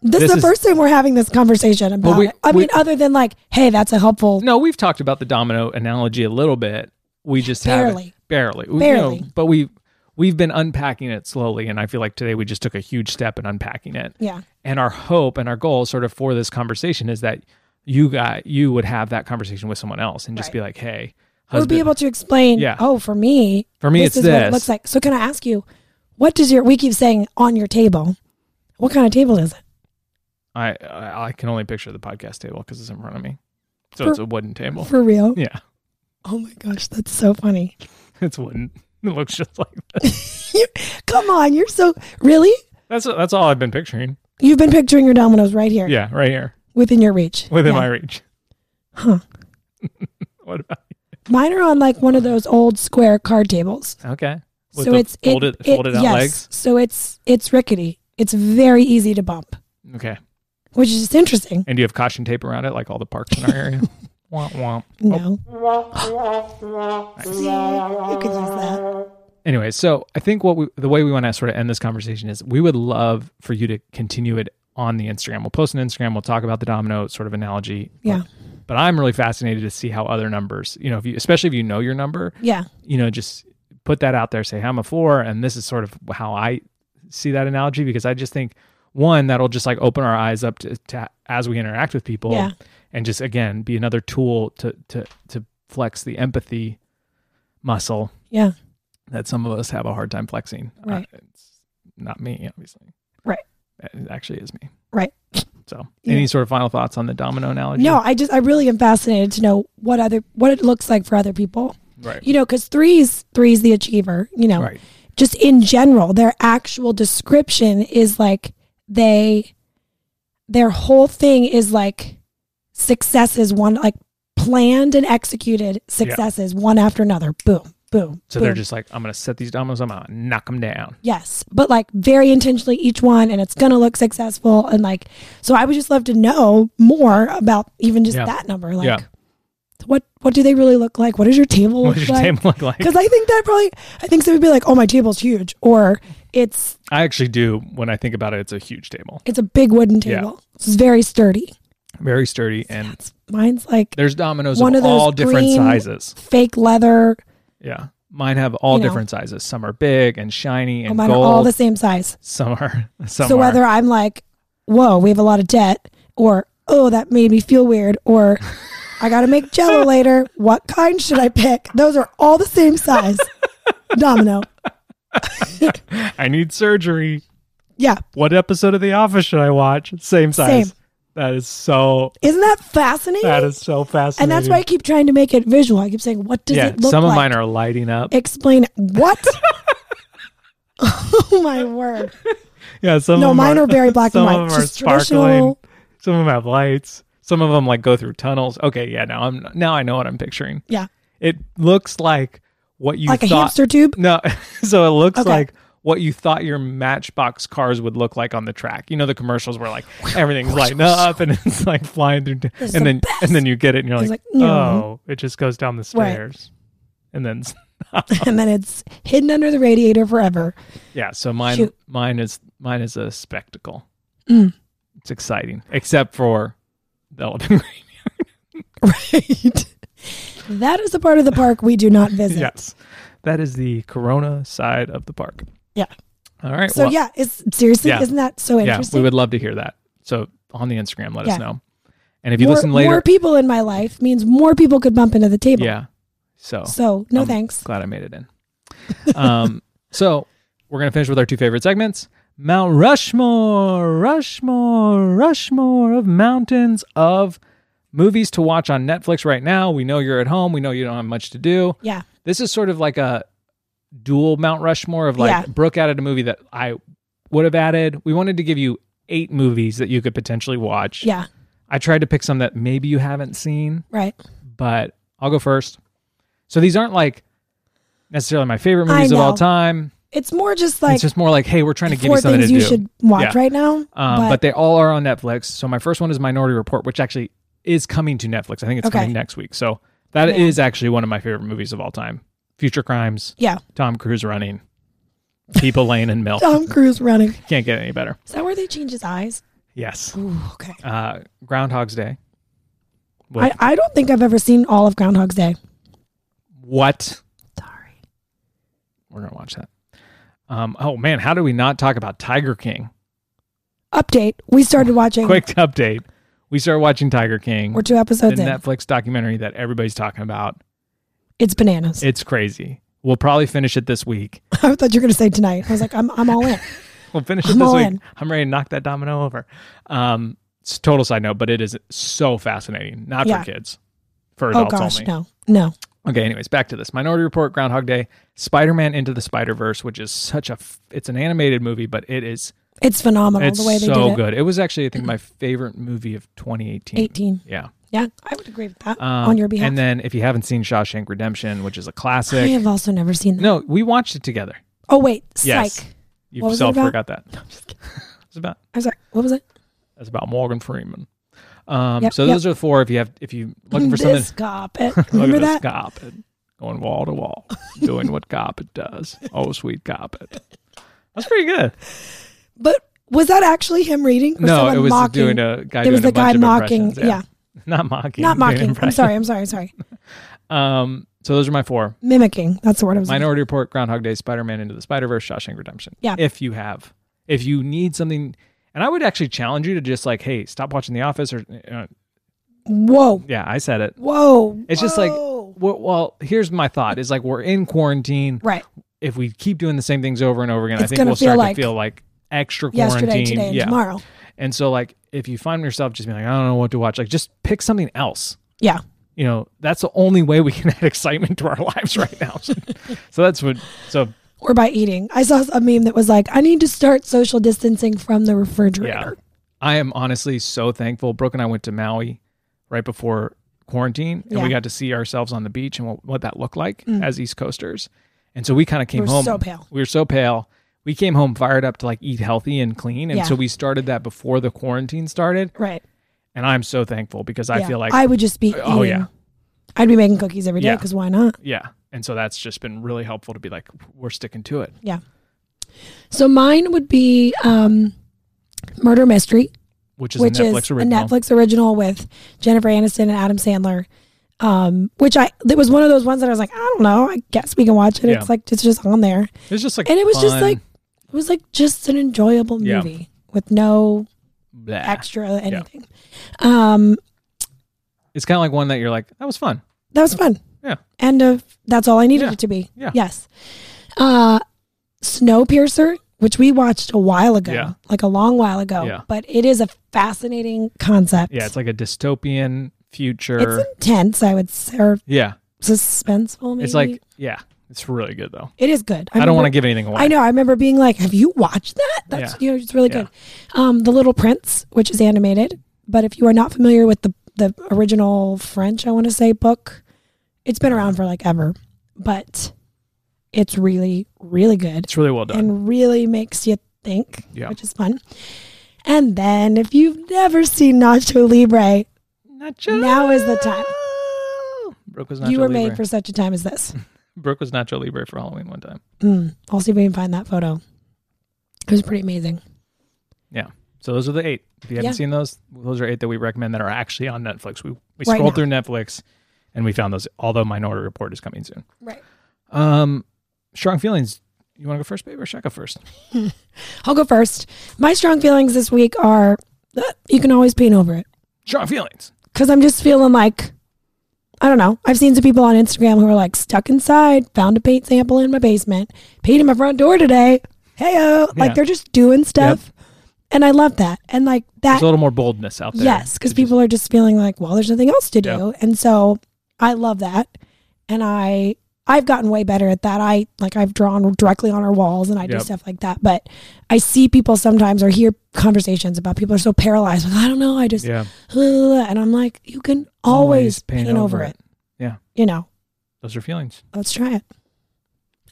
B: this,
A: this
B: is the
A: is-
B: first time we're having this conversation about
A: we-
B: it. I
A: we-
B: mean, other than like, hey, that's a helpful.
A: no, we've talked about the domino analogy a little bit. We just haven't-
B: Barely.
A: barely, We- you
B: Barely.
A: know, but we we've been unpacking it slowly, and I feel like today we just took a huge step in unpacking it.
B: Yeah.
A: And our hope and our goal, sort of, for this conversation is that you got you would have that conversation with someone else and just
B: Right.
A: be like, hey,
B: We'll
A: husband,
B: be able to explain.
A: Yeah.
B: Oh, for me,
A: For me,
B: this
A: it's
B: is what
A: this.
B: it looks like. So, can I ask you, what does your we keep saying on your table? What kind of table is it?
A: I I I can only picture the podcast table because it's in front of me, so
B: For-
A: it's a wooden table.
B: For real?
A: <laughs> yeah,
B: Oh my gosh, that's so funny.
A: it's wooden. It looks just like that.
B: Come on, you're so really.
A: That's that's all I've been picturing.
B: You've been picturing your dominoes right here,
A: Yeah, right here.
B: within your reach.
A: within
B: Yeah.
A: my reach.
B: Huh.
A: <laughs> what about
B: Mine are on like one of those old square card tables.
A: you? Okay.
B: so
A: the
B: it's it-
A: folded,
B: it-
A: folded out
B: yes.
A: legs.
B: So it's it's rickety. It's very easy to bump,
A: Okay.
B: which is just interesting.
A: And do you have caution tape around it, like all the parks in our
B: <laughs>
A: area? womp womp.
B: No. See, you could use that.
A: Anyway, so I think what we, the way we want to sort of end this conversation is we would love for you to continue it on the Instagram. We'll post an Instagram. We'll talk about the domino sort of analogy.
B: Yeah.
A: But I'm really fascinated to see how other numbers, you know, if you, especially if you know your number,
B: Yeah.
A: you know, just put that out there, say, I'm a four. And this is sort of how I see that analogy because I just think, one, that'll just like open our eyes up to, to as we interact with people
B: Yeah.
A: and just again be another tool to to to flex the empathy muscle
B: Yeah.
A: that some of us have a hard time flexing. Uh,
B: Right.
A: it's not me, obviously.
B: Right.
A: It actually is me.
B: Right.
A: So
B: Yeah.
A: any sort of final thoughts on the domino analogy?
B: No, I just I really am fascinated to know what other what it looks like for other people.
A: Right.
B: You know, because three's three's the achiever. You know,
A: Right.
B: just in general their actual description is like they their whole thing is like successes one like planned and executed successes one after another boom boom
A: So
B: boom.
A: they're just like, I'm going to set these dominoes. I'm going to knock them down.
B: yes but like very intentionally each one and it's gonna look successful and like so i would just love to know more about even just
A: Yeah.
B: that number like
A: Yeah.
B: what what do they really look like what does your table
A: What
B: look
A: does your
B: like
A: table look like?
B: because i think that probably i think somebody would be like oh my table's huge or it's
A: I actually do. When I think about it, it's a huge table,
B: It's a big wooden
A: Yeah.
B: table. It's very sturdy.
A: very sturdy, and
B: It's, mine's like
A: there's dominoes
B: One
A: of,
B: of those
A: all different
B: green-
A: sizes.
B: fake leather.
A: Yeah, mine have all
B: You know.
A: different sizes. Some are big and shiny
B: Oh,
A: and
B: mine
A: gold.
B: are all the same size.
A: some are <laughs> some
B: so
A: are
B: whether I'm like, whoa, we have a lot of debt, or oh, that made me feel weird, or I got to
A: <laughs>
B: make jello later. What kind should I pick? Those are all the same size. Domino.
A: I need surgery.
B: Yeah.
A: What episode of The Office should I watch? Same size.
B: Same.
A: That is so.
B: Isn't that fascinating?
A: That is so fascinating.
B: and that's why I keep trying to make it visual. I keep saying, what does
A: yeah,
B: it look
A: some
B: like?
A: of mine are lighting up.
B: Explain it.
A: <laughs>
B: What? <laughs> oh, my word.
A: yeah, some
B: No,
A: of 'em
B: mine are very black and
A: some
B: white.
A: of them are
B: Just
A: sparkling.
B: traditional-
A: Some of them have lights. Some of them like go through tunnels. Okay, yeah. Now I'm now I know what I'm picturing.
B: Yeah.
A: It looks like what you
B: Like a
A: thought-
B: hamster tube?
A: No, <laughs> so it looks
B: Okay.
A: like what you thought your Matchbox cars would look like on the track. You know the commercials where like everything's lighting up and <laughs> it's like flying through,
B: is
A: and
B: the
A: then and then you get it and you're like,
B: It's like, no.
A: oh, it just goes down the
B: Right.
A: stairs, and then
B: and then it's hidden under the radiator forever.
A: yeah. So mine
B: Shoot.
A: mine is Mine is a spectacle.
B: Mm.
A: It's exciting, except for the Elden Ring.
B: Right. that is the part of the park we do not
A: <laughs>
B: visit.
A: yes, that is the Corona side of the park.
B: Yeah.
A: All right.
B: So
A: well,
B: yeah, it's seriously,
A: Yeah.
B: isn't that so
A: yeah,
B: interesting?
A: we would love to hear that. So on the Instagram, let
B: Yeah.
A: us know. And if you
B: more,
A: listen
B: more
A: later,
B: people in my life means more people could bump into the table.
A: yeah. So
B: So no
A: Um,
B: thanks.
A: Glad I made it in.
B: <laughs>
A: Um, so we're gonna finish with our two favorite segments: Mount Rushmore, Rushmore, Rushmore of mountains of movies to watch on Netflix right now. We know you're at home. We know you don't have much to do.
B: Yeah.
A: This is sort of like a dual Mount Rushmore of like
B: Yeah.
A: Brooke added a movie that I would have added. We wanted to give you eight movies that you could potentially watch.
B: Yeah.
A: I tried to pick some that maybe you haven't seen
B: Right.
A: but I'll go first. So these aren't like necessarily my favorite
B: I
A: movies of all
B: know.
A: time.
B: It's more just like
A: it's just more like, hey, we're trying to give you
B: four
A: something to
B: things you
A: do.
B: should watch
A: Yeah.
B: right now.
A: um, but, they all are on Netflix. So my first one is Minority Report, which actually is coming to Netflix. I think it's
B: Okay.
A: coming next week. So that is
B: Yeah.
A: actually one of my favorite movies of all time. Future Crimes,
B: yeah,
A: Tom Cruise running, people laying in milk.
B: Tom Cruise running.
A: Can't get any better.
B: Is that where they change his eyes?
A: Yes.
B: Ooh, okay.
A: Uh, Groundhog's Day. With
B: I, I don't think I've ever seen all of Groundhog's Day.
A: what?
B: Sorry.
A: We're gonna watch that. Um, oh man, how do we not talk about Tiger
B: <laughs>
A: King?
B: Update. We started watching.
A: quick update. We started watching Tiger King,
B: We're two
A: the
B: episodes in.
A: Netflix documentary that everybody's talking about.
B: It's bananas.
A: It's crazy. We'll probably finish it this week. <laughs>
B: <laughs> I thought you were going to say tonight. I was like, I'm, I'm all in.
A: We'll finish it
B: I'm
A: this
B: all
A: week.
B: in.
A: I'm ready to knock that domino over. Um, it's a total side note, but it is so fascinating. Not
B: Yeah.
A: for kids, for
B: oh
A: adults
B: gosh,
A: only.
B: no, no.
A: Okay, anyways, back to this Minority Report, Groundhog Day, Spider Man Into the Spider Verse, which is such a. F- it's an animated movie, but it is.
B: It's phenomenal
A: It's
B: the way they
A: so
B: did it.
A: good. It was actually, I think, my favorite movie of 2018.
B: 18.
A: Yeah.
B: Yeah, I would agree with that
A: Um,
B: on your behalf.
A: And then if you haven't seen Shawshank Redemption, which is a
B: I
A: classic,
B: have also never seen that.
A: no, we watched it together.
B: Oh wait,
A: Yes.
B: psych.
A: You
B: What was it
A: self
B: about?
A: forgot that. it's about
B: I'm sorry. What was it?
A: it's about Morgan Freeman. Um,
B: Yep,
A: so those are the four. If you have if you looking for
B: <laughs>
A: something,
B: this
A: <laughs>
B: carpet.
A: look
B: Remember
A: at this
B: that?
A: carpet going wall to wall, doing what carpet does. Oh, sweet carpet. That's pretty good.
B: But was that actually him reading? Or
A: no,
B: someone
A: it was
B: mocking?
A: doing a guy.
B: There was
A: doing a
B: the guy
A: bunch of
B: mocking.
A: impressions,
B: Yeah.
A: <laughs> not mocking.
B: not
A: doing
B: mocking. I'm
A: impressions.
B: sorry. I'm sorry. I'm sorry.
A: Um, so those are my four.
B: Mimicking. That's the word I was.
A: Minority Report, Groundhog Day, Spider Man Into the Spider Verse, Shawshank Redemption.
B: Yeah.
A: If you have, if you need something, and I would actually challenge you to just like, hey, stop watching The Office, or uh,
B: Whoa.
A: yeah, I said it.
B: Whoa.
A: It's just like,
B: whoa.
A: Well, well, here's my thought: is like we're in quarantine.
B: Right.
A: If we keep doing the same things over and over again, I
B: It's
A: think
B: gonna
A: we'll
B: feel
A: start
B: like
A: to feel like extra quarantine.
B: Yesterday, today, and
A: yeah.
B: tomorrow.
A: And so, like, if you find yourself just being like, I don't know what to watch, like, just pick something else.
B: Yeah.
A: You know, that's the only way we can <laughs> add excitement to our lives right now. <laughs> so that's what. So
B: Or by eating. I saw a meme that was like, I need to start social distancing from the refrigerator.
A: <laughs> I am honestly so thankful. Brooke and I went to Maui right before quarantine and we
B: Yeah. Mm.
A: got to see ourselves on the beach and what, what that looked like as East Coasters. And so we kind of came
B: were
A: home.
B: so pale.
A: We were so pale. We came home fired up to like eat healthy and clean. And
B: Yeah.
A: so we started that before the quarantine started.
B: Right.
A: And I'm so thankful because I
B: Yeah.
A: feel like,
B: I would just be. Eating.
A: oh, yeah,
B: I'd be making cookies every day
A: Yeah.
B: because why not?
A: yeah. And so that's just been really helpful to be like, we're sticking to it.
B: Yeah. So mine would be um, murder mystery,
A: Which is
B: which
A: a
B: is
A: Netflix original.
B: a Netflix original with Jennifer Aniston and Adam Sandler. Um, which I it was one of those ones that I was like, I don't know, I guess we can watch it.
A: Yeah.
B: It's like it's just on there,
A: It's just like
B: and it was just
A: fun.
B: like it was like just an enjoyable
A: Yeah. Ah.
B: movie with no
A: Blah.
B: extra anything. Um,
A: It's kind of like one that you're like, that was fun.
B: that was fun.
A: Yeah.
B: End of that's all I needed
A: Yeah.
B: it to be.
A: Yeah.
B: Yes. Uh Snowpiercer, which we watched a while ago,
A: Yeah.
B: like a long while ago.
A: Yeah.
B: But it is a fascinating concept.
A: Yeah. It's like a dystopian future.
B: It's intense, I would say, or
A: Yeah.
B: suspenseful. Maybe.
A: It's like, yeah, it's really good though.
B: it is good.
A: I, don't want to
B: remember-
A: give anything away.
B: I know. I remember being like, "Have you watched that? That's you know, it's really
A: Yeah.
B: good." Um, the Little Prince, which is animated, but if you are not familiar with the the original French, I want to say book, it's been around for like ever, but it's really really good
A: It's really well done.
B: and really makes you think,
A: Yeah.
B: which is fun. And then if you've never seen Nacho Libre,
A: Nacho.
B: now is the time.
A: Brooke was Ah! nacho
B: you were
A: libre.
B: made for such a time as this.
A: Brooke was nacho libre for Halloween one time.
B: Mm, I'll see if we can find that photo. It was pretty amazing.
A: Yeah. So those are the eight. If you haven't
B: Yeah.
A: seen those, those are eight that we recommend that are actually on Netflix. We we
B: Right
A: scrolled
B: now.
A: through Netflix and we found those, although Minority Report is coming soon.
B: Right.
A: Um strong feelings. You wanna go first, babe, or should I go first?
B: I'll go first. My strong feelings this week are uh, you can always paint over it.
A: Strong feelings.
B: because I'm just feeling like I don't know. I've seen some people on Instagram who are like stuck inside, found a paint sample in my basement, painted my front door today. Hey oh,
A: Yeah.
B: like they're just doing stuff, and I love that. And like that,
A: There's a little more boldness out there.
B: yes, because
A: to just-
B: people are just feeling like, well, there's nothing else to do,
A: Yeah.
B: and so I love that. And I I've gotten way better at that. I like I've drawn directly on our walls and I do
A: Yep.
B: stuff like that. But I see people sometimes or hear conversations about people are so paralyzed. Like, I don't know. I just
A: Yeah.
B: <laughs> and I'm like, you can always, paint, over, it.
A: Yeah.
B: You know,
A: Those are feelings.
B: let's try it.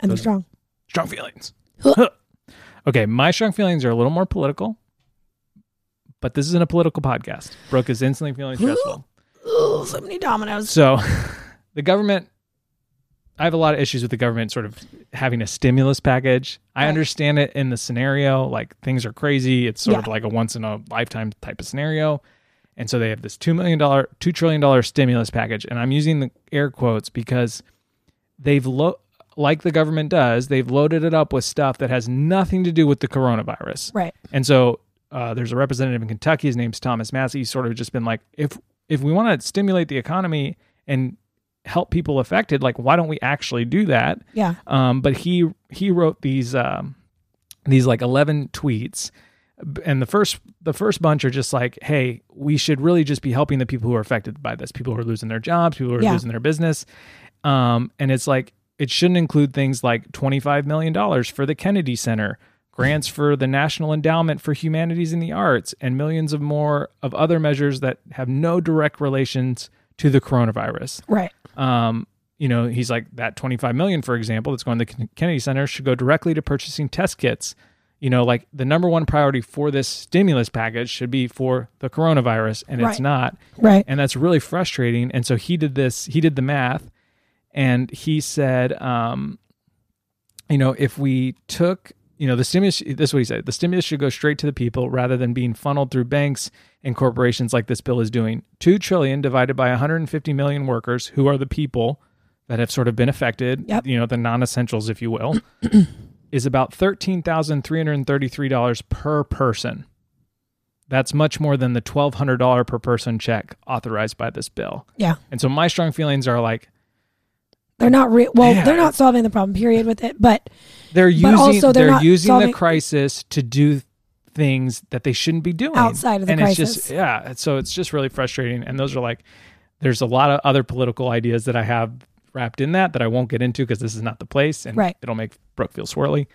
B: And
A: Those-
B: strong.
A: Strong feelings.
B: Huh.
A: Huh. <laughs> okay, my strong feelings are a little more political, but this isn't a political podcast. Brooke is instantly feeling stressful.
B: Ooh, so many dominoes.
A: So <laughs> the government, I have a lot of issues with the government sort of having a stimulus package. I
B: Right.
A: understand it in the scenario, like things are crazy. It's sort of
B: Yeah.
A: like a once in a lifetime type of scenario. And so they have this $2 million, $2 trillion stimulus package. And I'm using the air quotes because they've, lo- like the government does, they've loaded it up with stuff that has nothing to do with the coronavirus.
B: Right.
A: And so uh, there's a representative in Kentucky. His name's Thomas Massey. He's sort of just been like, if if we want to stimulate the economy and help people affected, like why don't we actually do that?
B: Yeah.
A: Um, but he he wrote these um, these like 11 tweets, B- and the first the first bunch are just like, hey, we should really just be helping the people who are affected by this, people who are losing their jobs, people who are
B: Yeah.
A: losing their business, um, and it's like it shouldn't include things like 25 million dollars for the Kennedy Center. Grants for the National Endowment for Humanities and the Arts, and millions of more of other measures that have no direct relations to the coronavirus
B: Right.
A: um, you know, he's like that 25 million, for example, that's going to the Ken- Kennedy Center should go directly to purchasing test kits. You know, like the number one priority for this stimulus package should be for the coronavirus, and it's
B: Right.
A: not.
B: Right.
A: And that's really frustrating. And so he did this, he did the math, and he said, um, you know, if we took, you know, the stimulus, this is what he said the stimulus should go straight to the people rather than being funneled through banks and corporations like this bill is doing. 2 trillion divided by 150 million workers who are the people that have sort of been affected,
B: Yep.
A: you know, the non essentials, if you will,
B: <clears throat>
A: is about $13,333 per person. That's much more than the $1,200 per person check authorized by this bill.
B: Yeah.
A: And so my strong feelings are like,
B: They're not real. Well,
A: Yeah.
B: they're not solving the problem, period, with it. But
A: they're using
B: also they're
A: they're,
B: not
A: using
B: solving-
A: the crisis to do things that they shouldn't be doing
B: Outside of the
A: and It's
B: crisis.
A: just, yeah, and so it's just really frustrating. And those are like, there's a lot of other political ideas that I have wrapped in that that I won't get into because this is not the place, and
B: Right.
A: it'll make Brooke feel swirly.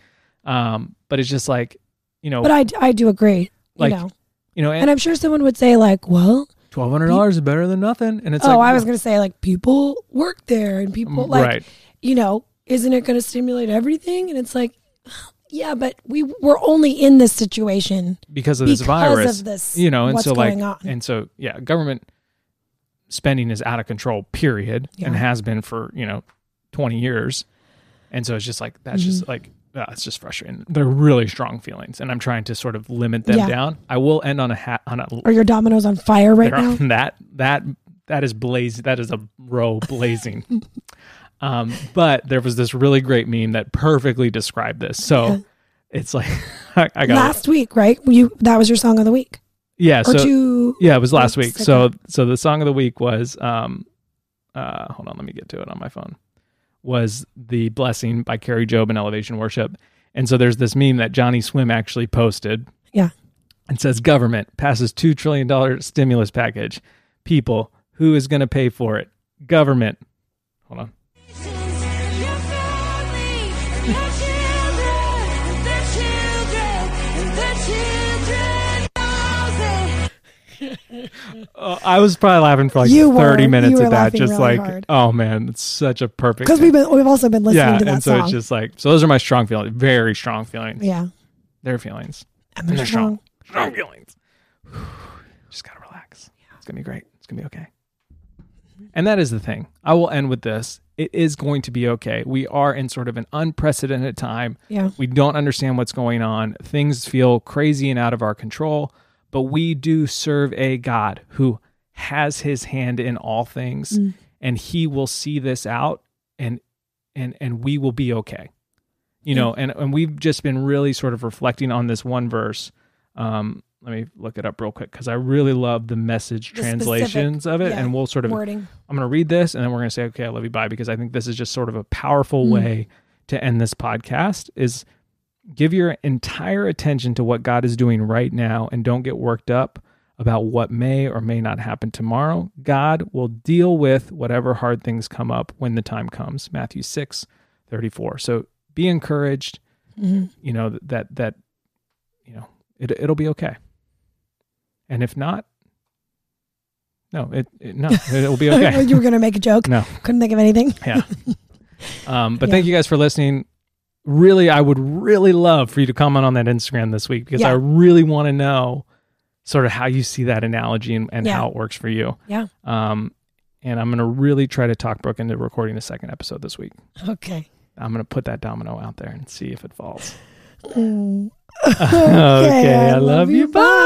A: Um, but it's just like, you know,
B: but I, I do agree. You
A: Oh. Like,
B: know.
A: you know,
B: And
A: and
B: I'm sure someone would say, like, well,
A: twelve hundred dollars is better than nothing. And it's like,
B: oh,
A: mm,
B: I was going to say, like, people work there and people, like,
A: right,
B: you know, isn't it going to stimulate everything? And it's like, <sighs> yeah, but we we're only in this situation
A: because of this
B: because
A: virus,
B: of this,
A: you know, and
B: what's
A: so like,
B: going on.
A: and so yeah, government spending is out of control, period, and
B: Yeah.
A: has been for you know twenty years, and so it's just like that's just
B: Mm-hmm.
A: like ah, it's just frustrating. They're really strong feelings, and I'm trying to sort of limit them
B: Yeah.
A: down. I will end on a hat on a
B: Are your dominoes on fire right
A: they're
B: now?
A: on that that that is blaze that is a row
B: <laughs>
A: blazing um but there was this really great meme that perfectly described this so
B: Yeah.
A: it's like <laughs> i, <laughs> I got
B: Last week, right? You that was your song of the week,
A: yeah
B: or
A: so
B: two?
A: yeah, it was last
B: Like,
A: week.
B: second.
A: So so the song of the week was um uh hold on, let me get to it on my phone. Was The Blessing by Carrie Job and Elevation Worship. And so there's this meme that Johnny Swim actually posted.
B: Yeah.
A: And says government passes 2 trillion dollar stimulus package. People, who is going to pay for it? Government. Hold on. Uh, I was probably laughing for like
B: You
A: 30
B: were-
A: minutes
B: you were
A: at that
B: laughing
A: just
B: really
A: like
B: hard.
A: oh man, it's such a perfect
B: Because we've been we've also been listening
A: Yeah,
B: to that
A: and so
B: song.
A: it's just like so those are my strong feelings, very strong feelings.
B: yeah,
A: Their feelings.
B: and they're
A: strong.
B: strong.
A: strong feelings. <sighs> Just gotta relax. It's gonna be great. It's gonna be okay. And that is the thing. I will end with this. it is going to be okay. We are in sort of an unprecedented time.
B: Yeah.
A: We don't understand what's going on. Things feel crazy and out of our control, but we do serve a God who has his hand in all things
B: Mm.
A: and he will see this out and and and we will be okay. You know, and and we've just been really sort of reflecting on this one verse. Um let me look it up real quick cuz I really love the message
B: The specific-
A: translations of it
B: yeah,
A: and we'll sort of
B: wording.
A: I'm going to read this and then we're going to say, okay, I love you, bye, because I think this is just sort of a powerful way to end this podcast is give your entire attention to what God is doing right now and don't get worked up about what may or may not happen tomorrow. God will deal with whatever hard things come up when the time comes. Matthew 6, 34. So be encouraged, you know, that, that, you know, it, it'll be okay. And if not, no, it, it no, it'll be okay.
B: Mm-hmm. <laughs> you were going to make a joke.
A: No.
B: Couldn't think of anything. <laughs>
A: <laughs> Yeah. Um, but thank you guys for listening. Really, I would really love for you to comment on that Instagram this week because I
B: Yeah.
A: really want to know sort of how you see that analogy and, and
B: Yeah.
A: how it works for you.
B: Yeah.
A: Um, and I'm going to really try to talk Brooke into recording a second episode this week.
B: Okay.
A: I'm going to put that <laughs> domino out there and see if it falls.
B: Mm.
A: okay, I, love, you. Bye.